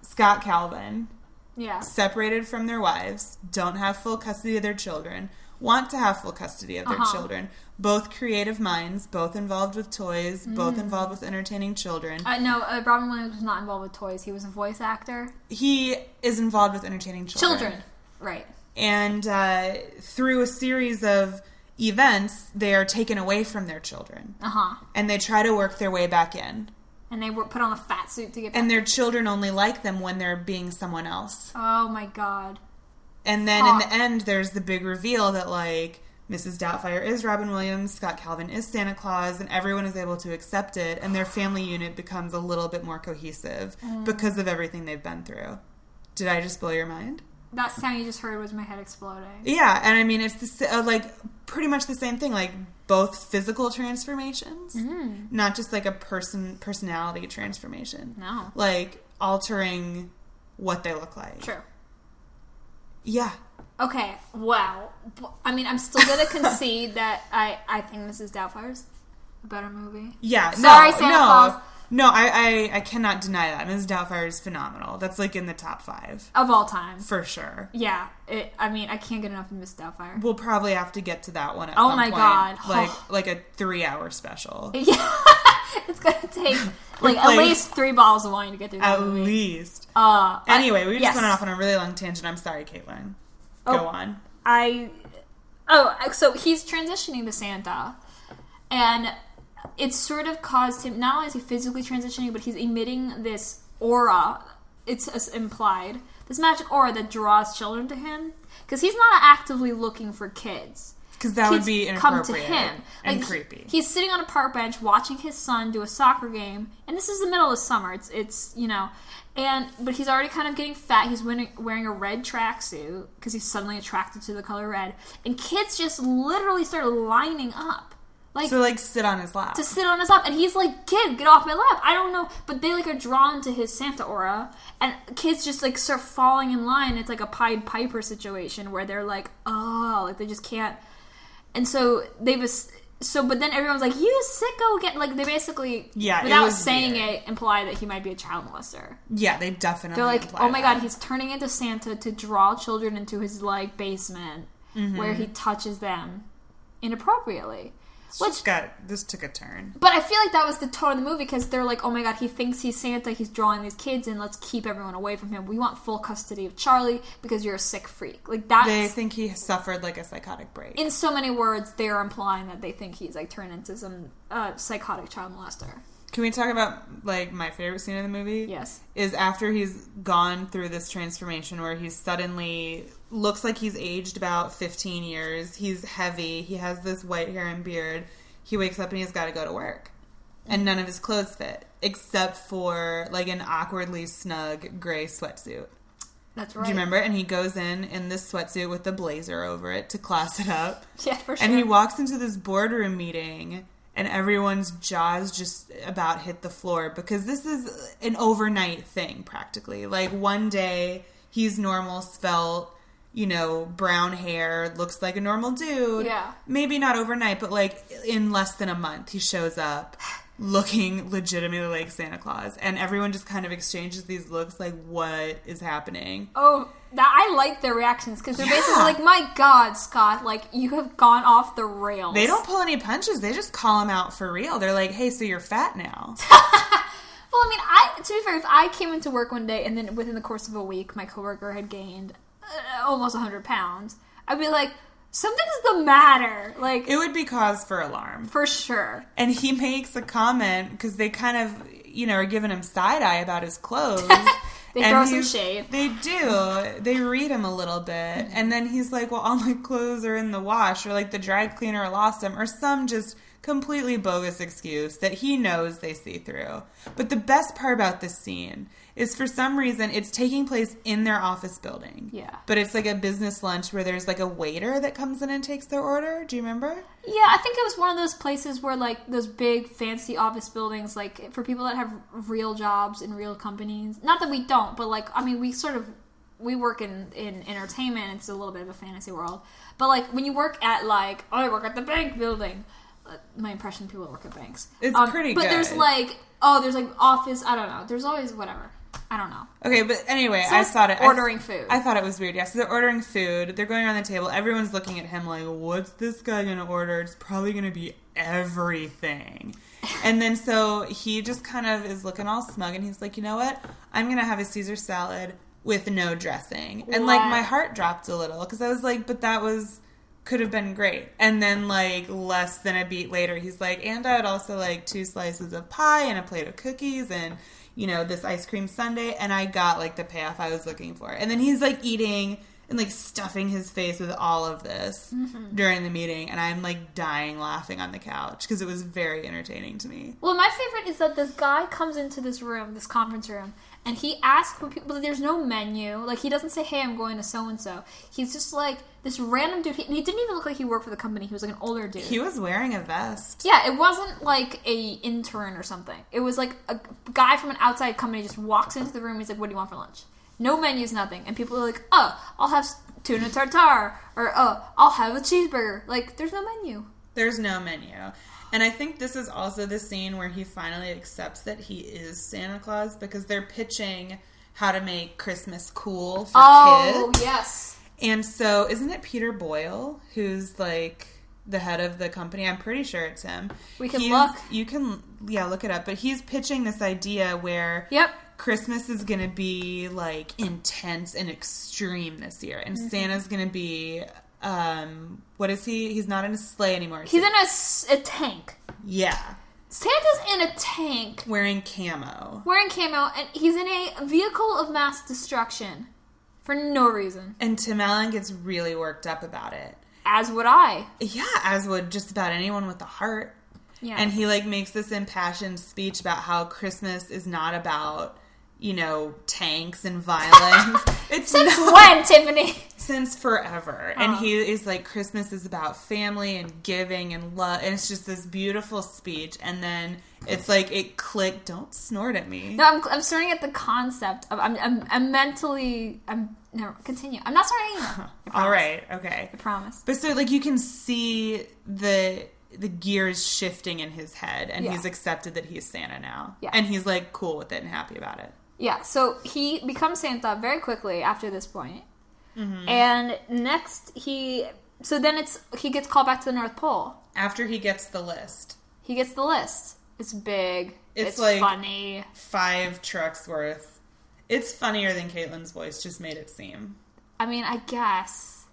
Scott Calvin,
yeah.
separated from their wives, don't have full custody of their children, want to have full custody of their
Uh-huh.
children. Both creative minds, both involved with toys,
Mm.
both involved with entertaining children.
Uh, no, uh, Robin Williams was not involved with toys. He was a voice actor.
he is involved with entertaining children.
Children. Right.
And uh, through a series of events, they are taken away from their children.
Uh huh.
And they try to work their way back in.
And they were put on a fat suit to get back.
And their children only like them when they're being someone else.
oh my god.
And then in
Aw.
the end, there's the big reveal that, like, Mrs. Doubtfire is Robin Williams, Scott Calvin is Santa Claus, and everyone is able to accept it, and their family unit becomes a little bit more cohesive
Mm.
because of everything they've been through. Did I just blow your mind?
That sound you just heard was my head exploding.
Yeah, and I mean it's the s- uh, like pretty much the same thing, like both physical transformations, not just like a person personality transformation,
Mm-hmm. No.
like altering what they look like.
True.
Yeah,
Okay. Wow. B- I mean, I'm still gonna concede that I I think Mrs. Doubtfire's a better movie.
yeah.
Sorry,
no,
Santa
no,
Claus.
no. I, I I cannot deny that Ms. Doubtfire is phenomenal. That's like in the top five
Of all time.
for sure.
Yeah. It, I mean, I can't get enough of Mrs. Doubtfire.
We'll probably have to get to that one. At
Oh
some
my
point,
God. Oh.
Like like a three hour special
Yeah. it's gonna take like at
playing-
least three bottles of wine to get through that
at
movie.
least.
Uh, I-
Anyway, we just
yes.
went off on a really long tangent. I'm sorry, Caitlin. Go
Oh.
on.
I oh so he's transitioning to Santa, and it sort of caused him. Not only is he physically transitioning, but he's emitting this aura. It's as implied this magic aura that draws children to him because he's not actively looking for kids.
Because that would
Kids
be
come
inappropriate
to him
and
Like,
creepy.
He's sitting on a park bench watching his son do a soccer game, and this is the middle of summer. It's it's you know, and but he's already kind of getting fat. He's wearing, wearing a red tracksuit because he's suddenly attracted to the color red, and kids just literally start lining up, like
so like sit on his lap.
to sit on his lap, and he's like, "Kid, get off my lap!" I don't know, but they like are drawn to his Santa aura, and kids just like start falling in line. It's like a Pied Piper situation where they're like, "Oh," like they just can't. And so they've es- so, but then everyone's like, "You sicko!" Get like they basically
Yeah, it
without
was
saying
weird.
it imply that he might be a child molester.
yeah, they definitely.
They're like,
imply
"Oh my
that.
god, he's turning into Santa to draw children into his like basement
Mm-hmm.
where he touches them inappropriately."
This just got this took a turn.
But I feel like that was the tone of the movie because they're like, oh my god, he thinks he's Santa, he's drawing these kids, and let's keep everyone away from him. We want full custody of Charlie because you're a sick freak. Like that's
They think he suffered like a psychotic break.
in so many words, they're implying that they think he's like turned into some uh, psychotic child molester.
Can we talk about like my favorite scene in the movie?
Yes.
Is after he's gone through this transformation where he suddenly looks like he's aged about 15 years. He's heavy. He has this white hair and beard. He wakes up and he's got to go to work. and none of his clothes fit except for like an awkwardly snug gray sweatsuit.
That's right.
Do you remember? And he goes in in this sweatsuit with the blazer over it to class it up.
Yeah, for sure.
And he walks into this boardroom meeting, and everyone's jaws just about hit the floor because this is an overnight thing, practically. Like one day he's normal, svelte, you know, brown hair, looks like a normal dude.
Yeah.
Maybe not overnight, but like in less than a month, he shows up looking legitimately like Santa Claus. And everyone just kind of exchanges these looks like, what is happening?
Oh, that I like their reactions because they're basically
Yeah.
like, "My God, Scott! Like you have gone off the rails."
They don't pull any punches. They just call him out for real. They're like, "Hey, so you're fat now."
Well, I mean, I to be fair, if I came into work one day and then within the course of a week, my coworker had gained uh, almost 100 pounds, I'd be like, "Something's the matter!" Like
It would be cause for alarm.
for sure.
And he makes a comment because they kind of, you know, are giving him side eye about his clothes.
They
And
throw some
he's-
shade.
They do. They read him a little bit, and then he's like, "Well, all my clothes are in the wash, or like the dry cleaner lost them, or some just completely bogus excuse that he knows they see through." But the best part about this scene is, for some reason, it's taking place in their office building.
Yeah.
but it's like a business lunch where there's like a waiter that comes in and takes their order. Do you remember?
Yeah, I think it was one of those places where like those big fancy office buildings, like for people that have real jobs in real companies. Not that we don't, but like I mean, we sort of we work in in entertainment. It's a little bit of a fantasy world, but like when you work at like oh, I work at the bank building. uh, My impression of people that work at banks. Um,
It's pretty
But there's
good.
like oh, there's like office. I don't know. There's always whatever. I don't know.
Okay, but anyway,
So
I
it's
thought it. I-
ordering food.
I thought it was weird. Yeah, so they're ordering food. They're going around the table. Everyone's looking at him like, "What's this guy gonna order? It's probably gonna be everything." And then so he just kind of is looking all smug, and he's like, "You know what? I'm gonna have a Caesar salad with no dressing." And like
Wow.
my heart dropped a little because I was like, "But that was." Could have been great. And then, like, less than a beat later, he's like, and I would also like two slices of pie and a plate of cookies and, you know, this ice cream sundae. And I got, like, the payoff I was looking for. And then he's, like, eating and, like, stuffing his face with all of this during the meeting. And I'm, like, dying laughing on the couch because it was very entertaining to me.
Well, my favorite is that this guy comes into this room, this conference room, and he asks for people. There's no menu. Like he doesn't say, "Hey, I'm going to so and so." He's just like this random dude, he, and he didn't even look like he worked for the company. He was like an older dude.
He was wearing a vest.
yeah, it wasn't like a intern or something. It was like a guy from an outside company just walks into the room. He's like, "What do you want for lunch?" No menus, nothing, and people are like, "Oh, I'll have tuna tartare," or "Oh, I'll have a cheeseburger." Like, there's no menu.
There's no menu. And I think this is also the scene where he finally accepts that he is Santa Claus because they're pitching how to make Christmas cool for
Oh,
kids.
yes.
And so, isn't it Peter Boyle who's like the head of the company? I'm pretty sure it's him.
We can
He's-
look.
You can, yeah, look it up. But he's pitching this idea where
Yep.
Christmas is going to be like intense and extreme this year, and
Mm-hmm.
Santa's going to be. Um, what is he? He's not in a sleigh anymore. is
He's
he?
in a s a a tank.
yeah,
Santa's in a tank
wearing camo.
wearing camo and he's in a vehicle of mass destruction for no reason.
And Tim Allen gets really worked up about it.
As would I.
Yeah, as would just about anyone with a heart.
Yeah.
And he like makes this impassioned speech about how Christmas is not about, you know, tanks and violence. it's
Since
not
when, Tiffany?
since forever. And he is like Christmas is about family and giving and love and it's just this beautiful speech and then it's like it clicked, don't snort at me.
No, I'm, I'm staring at the concept of I'm, I'm, I'm mentally I'm no continue. I'm not starting. anymore. I
All
promise.
right, okay.
I promise.
But so like you can see the the gears shifting in his head and
Yeah.
he's accepted that he's Santa now.
Yeah.
And he's like cool with it and happy about it.
Yeah, so he becomes Santa very quickly after this point.
Mm-hmm.
And next he so then it's he gets called back to the North Pole.
After he gets the list,
He gets the list. It's big. It's,
It's like-
funny.
five trucks worth. It's funnier than Caitlin's voice just made it seem.
I mean, I guess.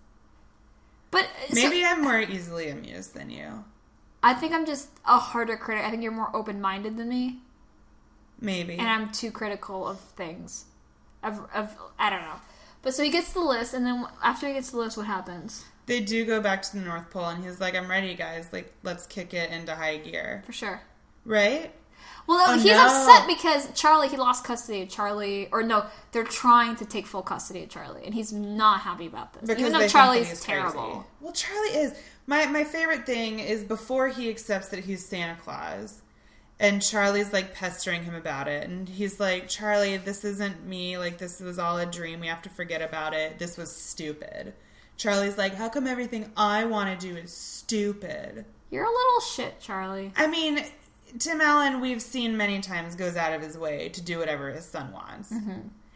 But so-
Maybe I'm more easily amused than you.
I think I'm just a harder critic. I think you're more open minded than me,
Maybe.
and I'm too critical of things. Of, of I don't know. But so he gets the list, and then after he gets the list, what happens?
they do go back to the North Pole and he's like, I'm ready, guys. Like, let's kick it into high gear.
For sure.
Right?
Well, no,
Oh,
he's
no.
upset because Charlie, he lost custody of Charlie, or no, they're trying to take full custody of Charlie, and he's not happy about this. Even
they
though
think that
Charlie's
he's
terrible.
crazy. Well, Charlie is. My my favorite thing is before he accepts that he's Santa Claus, and Charlie's like pestering him about it, and he's like, "Charlie, this isn't me. Like this was all a dream. We have to forget about it. This was stupid." Charlie's like, "How come everything I want to do is stupid?"
You're a little shit, Charlie.
I mean, Tim Allen, we've seen many times, goes out of his way to do whatever his son wants.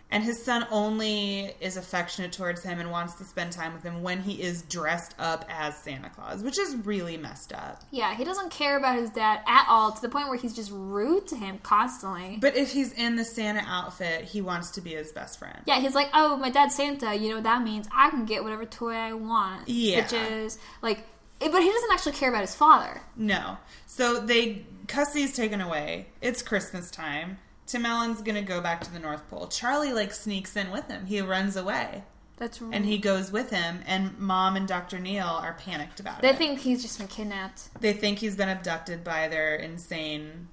And his son only is affectionate towards him and wants to spend time with him when he is dressed up as Santa Claus, which is really messed up.
Yeah, he doesn't care about his dad at all to the point where he's just rude to him constantly.
But if he's in the Santa outfit, he wants to be his best friend.
Yeah, he's like, oh, my dad's Santa. You know what that means? I can get whatever toy I want.
Yeah.
Which is, like, it, but he doesn't actually care about his father.
No. So they Cussie's taken away. It's Christmas time. Tim Allen's gonna go back to the North Pole. Charlie like sneaks in with him. He runs away.
That's
And he goes with him and mom and Dr. Neil are panicked about
They
it.
think he's just been kidnapped.
they think he's been abducted by their insane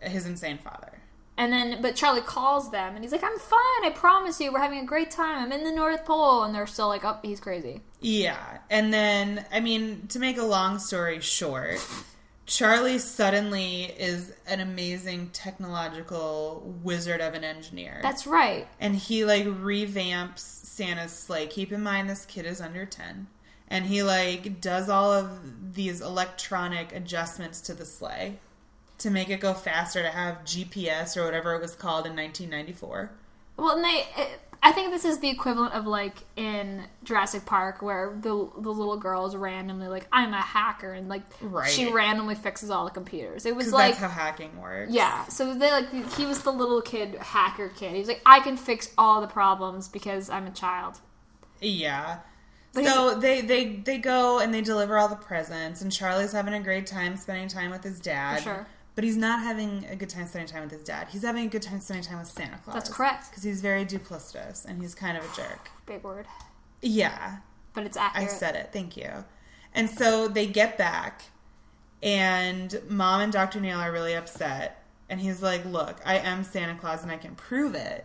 his insane father
And then, but Charlie calls them and he's like, I'm fine. I promise you. We're having a great time. I'm in the North Pole. And they're still like, oh, he's crazy.
yeah and then i mean to make a long story short charlie suddenly is an amazing technological wizard of an engineer
That's right.
and he like revamps santa's sleigh keep in mind this kid is under 10 and he like does all of these electronic adjustments to the sleigh to make it go faster to have gps or whatever it was called in 1994
Well, and they, eh, I think this is the equivalent of like in Jurassic Park where the the little girl is randomly like, I'm a hacker, and like
Right.
she randomly fixes all the computers. It was
Because
like,
that's how hacking works.
yeah. So they like he was the little kid hacker kid. He was like, I can fix all the problems because I'm a child.
Yeah. so they, they they go and they deliver all the presents, and Charlie's having a great time spending time with his dad.
For sure.
But he's not having a good time spending time with his dad. He's having a good time spending time with Santa Claus.
That's correct.
Because he's very duplicitous and he's kind of a jerk.
Big word,
Yeah.
but it's
I
accurate.
said it. Thank you. And so they get back, and mom and Dr. Neil are really upset. And he's like, Look, I am Santa Claus and I can prove it.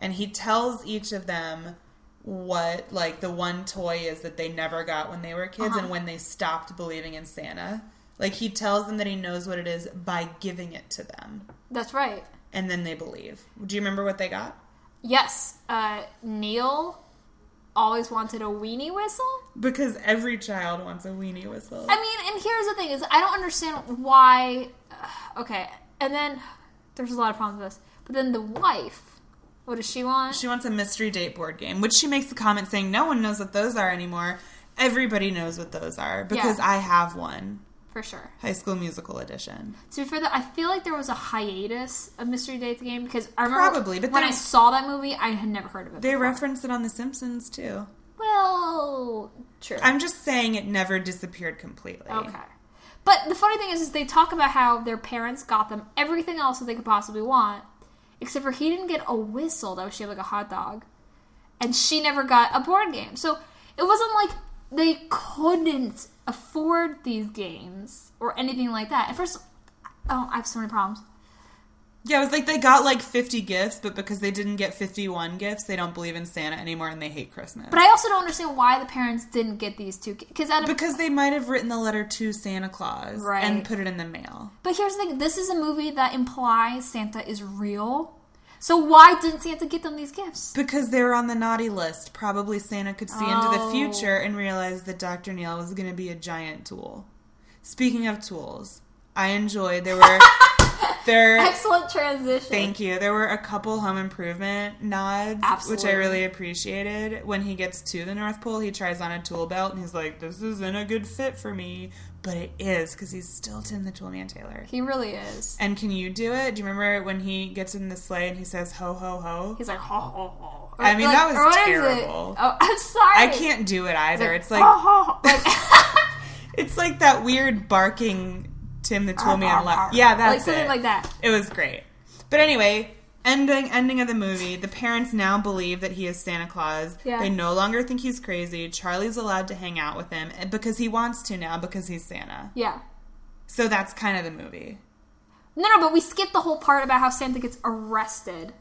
And he tells each of them what, like, the one toy is that they never got when they were kids and when they stopped believing in Santa. Like, he tells them that he knows what it is by giving it to them.
That's right.
And then they believe. Do you remember what they got?
Yes, uh, Neil always wanted a weenie whistle.
Because every child wants a weenie whistle.
I mean, and here's the thing: is I don't understand why. uh, Okay, and then there's a lot of problems with this. But then the wife, what does she want?
She wants a mystery date board game, which she makes the comment saying, No one knows what those are anymore. Everybody knows what those are because
Yeah.
I have one.
For sure.
High School Musical Edition.
To be fair, though, I feel like there was a hiatus of Mystery Date the game because I remember
Probably, but
when I
they-
saw that movie, I had never heard of it.
They
before.
referenced it on The Simpsons too.
well, true.
I'm just saying it never disappeared completely.
Okay. But the funny thing is, is they talk about how their parents got them everything else that they could possibly want, except for he didn't get a whistle. That was she had like a hot dog, and she never got a board game. So it wasn't like they couldn't afford these games or anything like that. At first, oh, I have so many problems.
Yeah, it was like they got like 50 gifts, but because they didn't get 51 gifts, they don't believe in Santa anymore and they hate Christmas.
But I also don't understand why the parents didn't get these two because out of
because they might have written the letter to Santa Claus
Right.
and put it in the mail.
But here's the thing: this is a movie that implies Santa is real. So why didn't Santa get them these gifts?
Because they were on the naughty list. Probably Santa could see into
Oh.
the future and realize that Dr. Neil was going to be a giant tool. Speaking of tools, I enjoyed there were there
Excellent transition.
thank you. There were a couple home improvement nods which
Absolutely.
I really appreciated. When he gets to the North Pole, he tries on a tool belt and he's like, "This isn't a good fit for me," but it is cuz he's still Tim the Toolman Taylor.
He really is.
And can you do it? Do you remember when he gets in the sleigh and he says ho ho ho?
He's like, ho, ho, ho. Or,
I mean, that was
or what is it?
terrible.
Oh, I'm sorry.
I can't do it either. It's like
ho, ho, ho. Like-
It's like that weird barking Tim the Toolman. laugh. yeah, that's
like something
it.
like that.
It was great. But anyway, ending ending of the movie, the parents now believe that he is Santa Claus.
Yeah.
They no longer think he's crazy. Charlie's allowed to hang out with him eh, and- because he wants to now because he's Santa.
Yeah.
So that's kind of the movie.
No, no, but we skipped the whole part about how Santa gets arrested.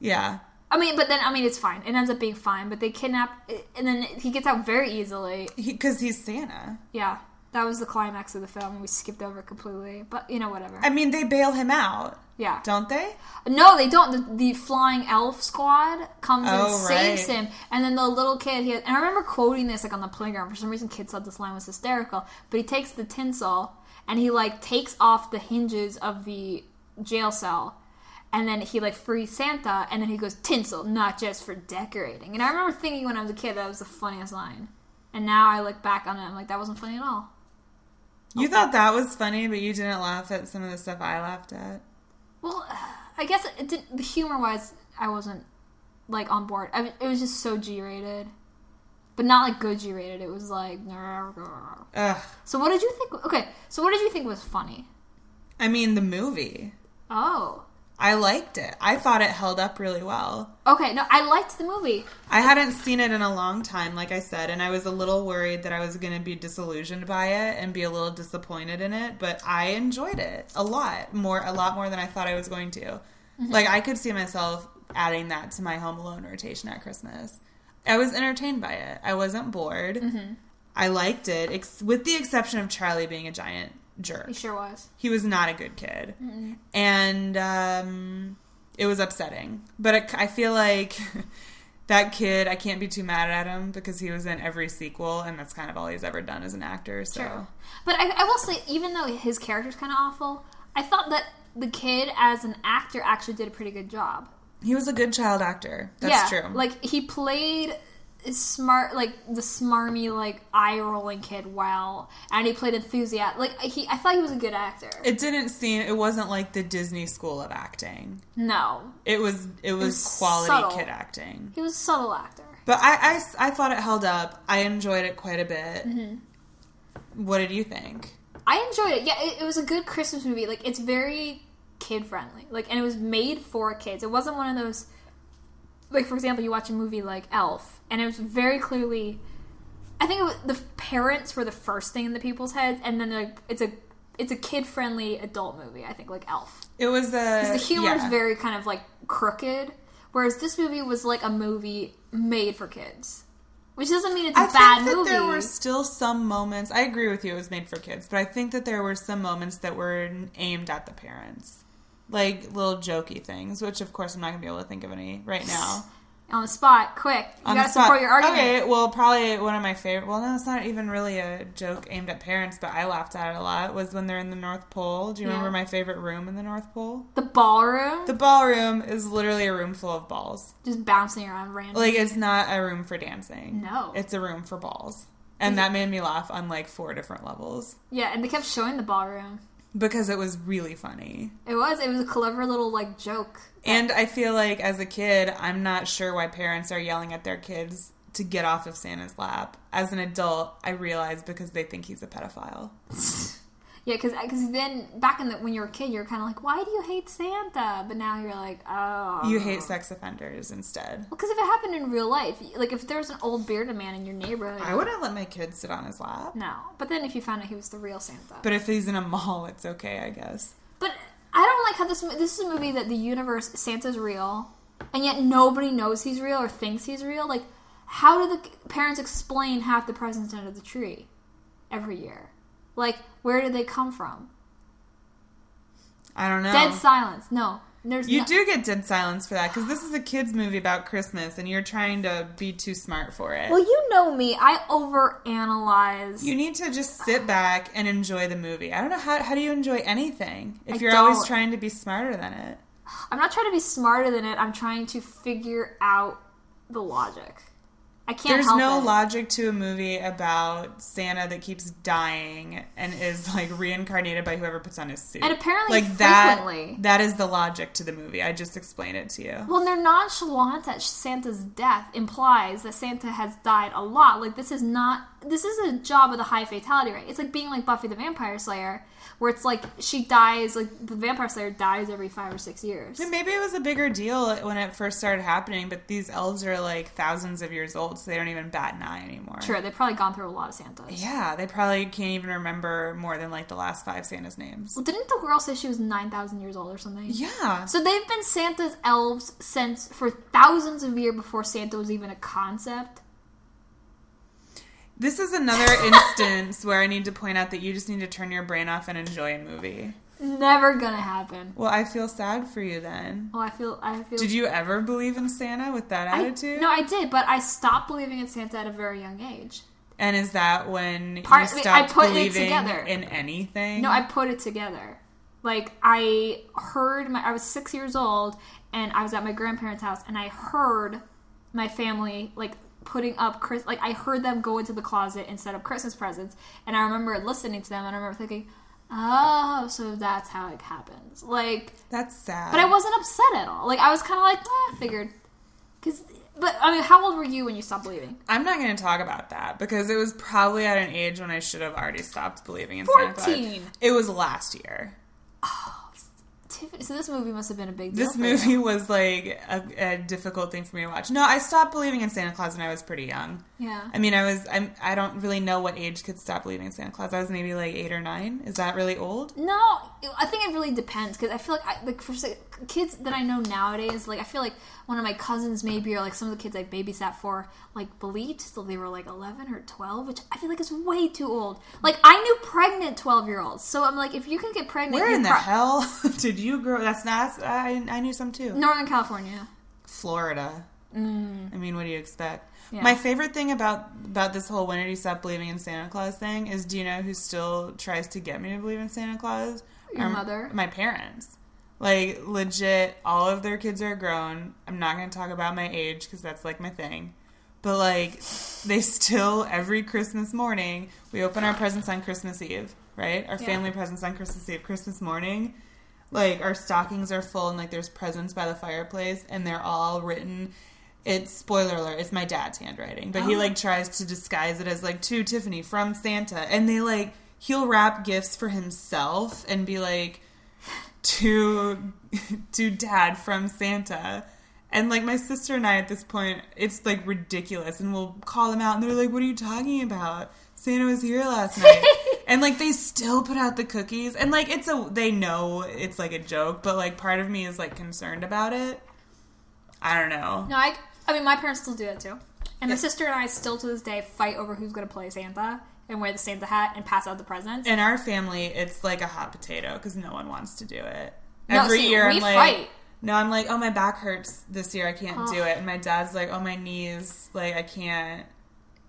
Yeah.
I mean, but then I mean, it's fine. It ends up being fine. But they kidnap, and then he gets out very easily.
Because he's Santa.
Yeah, that was the climax of the film. We skipped over it completely, but you know, whatever.
I mean, they bail him out,
yeah.
don't they?
No, they don't. The, the flying elf squad comes and
Oh, right.
saves him, and then the little kid. He had, and I remember quoting this like on the playground. For some reason, kids thought this line was hysterical. But he takes the tinsel and he like takes off the hinges of the jail cell, and then he like frees Santa, and then he goes tinsel, not just for decorating. And I remember thinking when I was a kid that was the funniest line, and now I look back on it, I'm like that wasn't funny at all.
You thought that was funny, but you didn't laugh at some of the stuff I laughed at.
Well, I guess it did, the humor wise, I wasn't like on board. I mean, it was just so G rated, but not like good G rated. It was like.
Ugh.
So what did you think? Okay, so what did you think was funny?
I mean, the movie.
Oh,
I liked it. I thought it held up really well.
okay. No, I liked the movie.
I hadn't seen it in a long time, like I said, and I was a little worried that I was going to be disillusioned by it and be a little disappointed in it, but I enjoyed it a lot more, a lot more than I thought I was going to. Like, I could see myself adding that to my Home Alone rotation at Christmas. I was entertained by it. I wasn't bored. I liked it, ex- with the exception of Charlie being a giant jerk
He sure was.
he was not a good kid and um, it was upsetting but it, i feel like that kid i can't be too mad at him because he was in every sequel and that's kind of all he's ever done as an actor so
Sure. But I, I will say, even though his character's kind of awful, I thought that the kid as an actor actually did a pretty good job.
he was a good child actor that's true
Like he played smart, like the smarmy, like eye rolling kid well, and he played enthusiastic. Like he, I thought he was a good actor.
it didn't seem it wasn't like the disney school of acting
no,
it was it was,
was
quality
subtle.
kid acting
he was a subtle actor.
But I, I, I thought it held up. I enjoyed it quite a bit.
Mm-hmm.
What did you think?
I enjoyed it. Yeah, it, it was a good Christmas movie. Like it's very kid friendly. Like and it was made for kids. It wasn't one of those. Like for example, you watch a movie like Elf, and it was very clearly. I think it was, the parents were the first thing in the people's heads, and then like it's a it's a kid friendly adult movie. I think like Elf.
It was a
the humor is
yeah.
very kind of like crooked, whereas this movie was like a movie made for kids, which doesn't mean it's a
I
bad
think that
movie.
there were still some moments. I agree with you; it was made for kids, but I think that there were some moments that were aimed at the parents, like little jokey things. Which, of course, I'm not going to be able to think of any right now.
On the spot, quick, you
On the
gotta
spot.
support your argument.
Okay, well, probably one of my favorite. Well, no, it's not even really a joke aimed at parents, but I laughed at it a lot. Was when they're in the North Pole. Do you
Yeah.
remember my favorite room in the North Pole?
The ballroom,
The ballroom is literally a room full of balls.
just bouncing around randomly.
Like it's not a room for dancing.
No.
It's a room for balls. And that made me laugh on like four different levels
yeah, and they kept showing the ballroom.
because it was really funny.
It was it was a clever little like joke.
And I feel like as a kid, I'm not sure why parents are yelling at their kids to get off of Santa's lap. As an adult, I realize because they think he's a pedophile.
Yeah, because then back in the when you were a kid, you were kind of like, why do you hate Santa? But now you're like, oh,
You hate sex offenders instead.
Because if it happened in real life, like if there was an old bearded man in your neighborhood,
I wouldn't let my kids sit on his lap.
No, but then if you found out he was the real Santa, but,
But if he's in a mall, it's okay, I guess.
I don't like how this mo- this is a movie that the universe Santa's real, and yet nobody knows he's real or thinks he's real. Like, how do the c- parents explain half the presents under the tree every year? Like, where did they come from?
I don't know.
Dead silence. No, there's
You
no-
do get dead silence for that because this is a kids' movie about Christmas, and you're trying to be too smart for it.
Well, you know me. I overanalyze.
you need to just sit back and enjoy the movie. I don't know how how do you enjoy anything if
I
you're always
don't.
trying to be smarter than it.
I'm not trying to be smarter than it. I'm trying to figure out the logic. I can't.
There's
help
no
it.
logic to a movie about Santa that keeps dying and is like reincarnated by whoever puts on his suit.
And apparently
like that
frequently.
that is the logic to the movie. I just explained it to you.
Well, their nonchalance at Santa's death implies that Santa has died a lot. Like, this is not this is a job with a high fatality rate. It's like being like Buffy the Vampire Slayer, where it's like she dies, like the Vampire Slayer dies every five or six years.
So maybe it was a bigger deal when it first started happening, but these elves are like thousands of years old, so they don't even bat an eye anymore.
Sure, they've probably gone through a lot of Santas.
Yeah, they probably can't even remember more than like the last five Santa's names.
Well, didn't the girl say she was 9,000 years old or something?
Yeah.
So they've been Santa's elves since for thousands of years before Santa was even a concept.
This is another instance where I need to point out that you just need to turn your brain off and enjoy a movie.
Never gonna happen.
Well, I feel sad for you then.
Oh, I feel I feel
Did you ever believe in Santa with that
I-
attitude?
no, I did, but I stopped believing in Santa at a very young age.
and is that when
Part-
you
I
stopped
put it
believing
together.
in anything?
No, I put it together. Like I heard my I was 6 years old and I was at my grandparents' house and I heard my family like putting up Chris like I heard them go into the closet and set up Christmas presents and I remember listening to them and I remember thinking, "Oh, so that's how it happens." Like
That's sad.
but I wasn't upset at all. Like I was kind of like, "Ah, I figured." Cuz but I mean, how old were you when you stopped believing?
I'm not going to talk about that because it was probably at an age when I should have already stopped believing in Santa Claus.
14.
It was last year.
Tiffany, so this movie must have been a big deal.
This
for you.
movie was like a, a difficult thing for me to watch. No, I stopped believing in Santa Claus when I was pretty young.
Yeah.
I mean, I was I'm, I don't really know what age could stop believing in Santa Claus. I was maybe like eight or nine. Is that really old?
No, I think it really depends because I feel like I, like for s- kids that I know nowadays, like I feel like one of my cousins maybe or like some of the kids I babysat for like believed till they were like eleven or twelve, which I feel like is way too old. Like I knew pregnant twelve year olds, so I'm like, if you can get pregnant,
Where
you
in the
pro-
hell did you grow? That's not. that's- I I knew some too.
Northern California.
Florida. I mean, what do you expect?
Mm. Yeah.
My favorite thing about about this whole when did you stop believing in Santa Claus thing is do you know who still tries to get me to believe in Santa Claus?
Your
Are m-
mother?
My parents. Like legit, all of their kids are grown. I'm not going to talk about my age because that's like my thing. But like, they still every Christmas morning we open our presents on Christmas Eve, right? Our
Yeah.
family presents on Christmas Eve, Christmas morning like our stockings are full and like there's presents by the fireplace and they're all written it's spoiler alert it's my dad's handwriting but he
Oh.
like tries to disguise it as like to tiffany from santa and they like he'll wrap gifts for himself and be like to to dad from santa and like my sister and i at this point it's like ridiculous and we'll call them out and they're like what are you talking about santa was here last night and like they still put out the cookies and like it's a they know it's like a joke but like part of me is like concerned about it i don't know
No, I I mean my parents still do that too, and my sister and I still to this day fight over who's going to play Santa and wear the Santa hat and pass out the presents.
in our family it's like a hot potato because no one wants to do it
No,
every
see,
year
we
i'm like
fight.
no i'm like oh my back hurts this year i can't
Oh.
do it and my dad's like oh my knees like i can't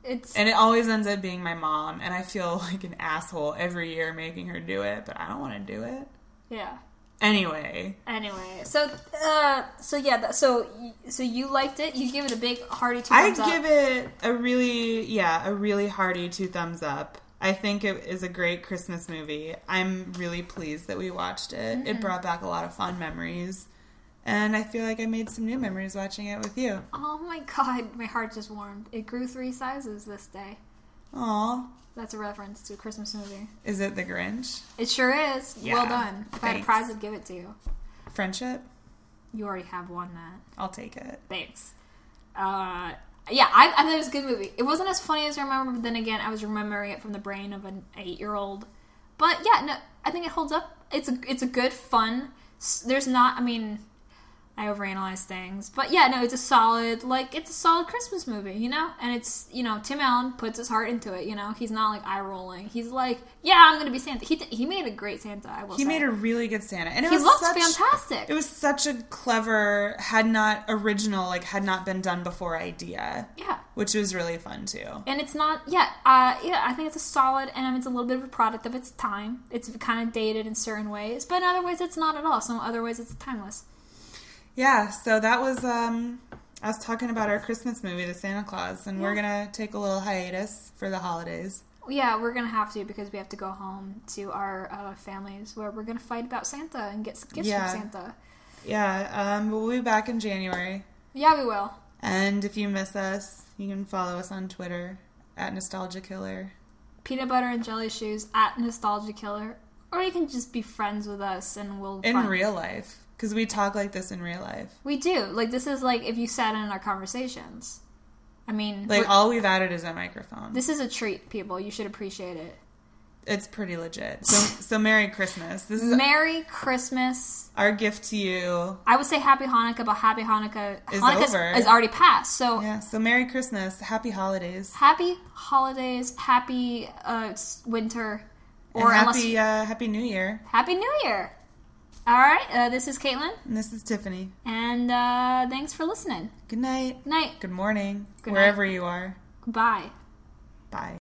It's
and it always ends up being my mom and i feel like an asshole every year making her do it but i don't want to do it
yeah.
anyway
Anyway, so uh, so yeah, th- so y- so you liked it. You give it a big hearty two
I
thumbs up.
give it a really, yeah, a really hearty two thumbs up. I think it is a great Christmas movie. I'm really pleased that we watched it.
Mm-hmm.
It brought back a lot of fond memories. And I feel like I made some new memories watching it with you.
Oh my god, my heart just warmed. It grew three sizes this day.
Aw.
That's a reference to a Christmas movie.
Is it The Grinch?
It sure is.
Yeah,
well done. If I had a
thanks.
prize, I'd give it to you.
Friendship?
You already have won that.
I'll take it.
Thanks. Uh, yeah, I, I thought it was a good movie. It wasn't as funny as I remember, but then again, I was remembering it from the brain of an eight-year-old. But yeah, no, I think it holds up. It's a it's a good fun. s- There's not, I mean, I overanalyze things, but yeah, no, it's a solid like it's a solid Christmas movie, you know. And it's you know Tim Allen puts his heart into it. You know, he's not like eye rolling. He's like, yeah, I'm gonna be Santa. He he made a great Santa. I will.
He
say.
made a really good Santa. And it
He
was
looks
such-
fantastic.
It was such a clever, had not original, like had not been done before idea,
yeah.
which was really fun too.
and it's not yeah uh yeah i think it's a solid and um, it's a little bit of a product of its time it's kind of dated in certain ways but in other ways it's not at all so in other ways it's timeless
Yeah, so that was um us talking about our Christmas movie, The Santa Claus, and we're gonna take a little hiatus for the holidays.
yeah we're gonna have to because we have to go home to our uh, families where we're gonna fight about santa and get s- gifts
Yeah.
from santa
Yeah, um, but we'll be back in January.
yeah we will
And if you miss us, you can follow us on Twitter at Nostalgia Killer.
Peanut butter and jelly shoes at Nostalgia Killer, or you can just be friends with us and we'll
In
find-
real life. Because we talk like this in real life.
We do like this is like if you sat in our conversations. I mean,
Like,
we're-
all we've added is a microphone.
this is a treat, people. You should appreciate it.
It's pretty legit. So, so Merry Christmas. This is
Merry Christmas.
our gift to you.
I would say Happy Hanukkah, but Happy Hanukkah
Is
Hanukkah's-
over.
is already passed. So
Yeah, so Merry Christmas. Happy holidays.
happy holidays, happy uh, s- winter,
And
or unless
happy, uh, happy New Year.
Happy New Year. All right, uh, this is Caitlin,
And this is Tiffany.
and uh, thanks for listening.
Good night.
Good night.
Good morning.
Good night.
wherever you are.
Bye.
Bye.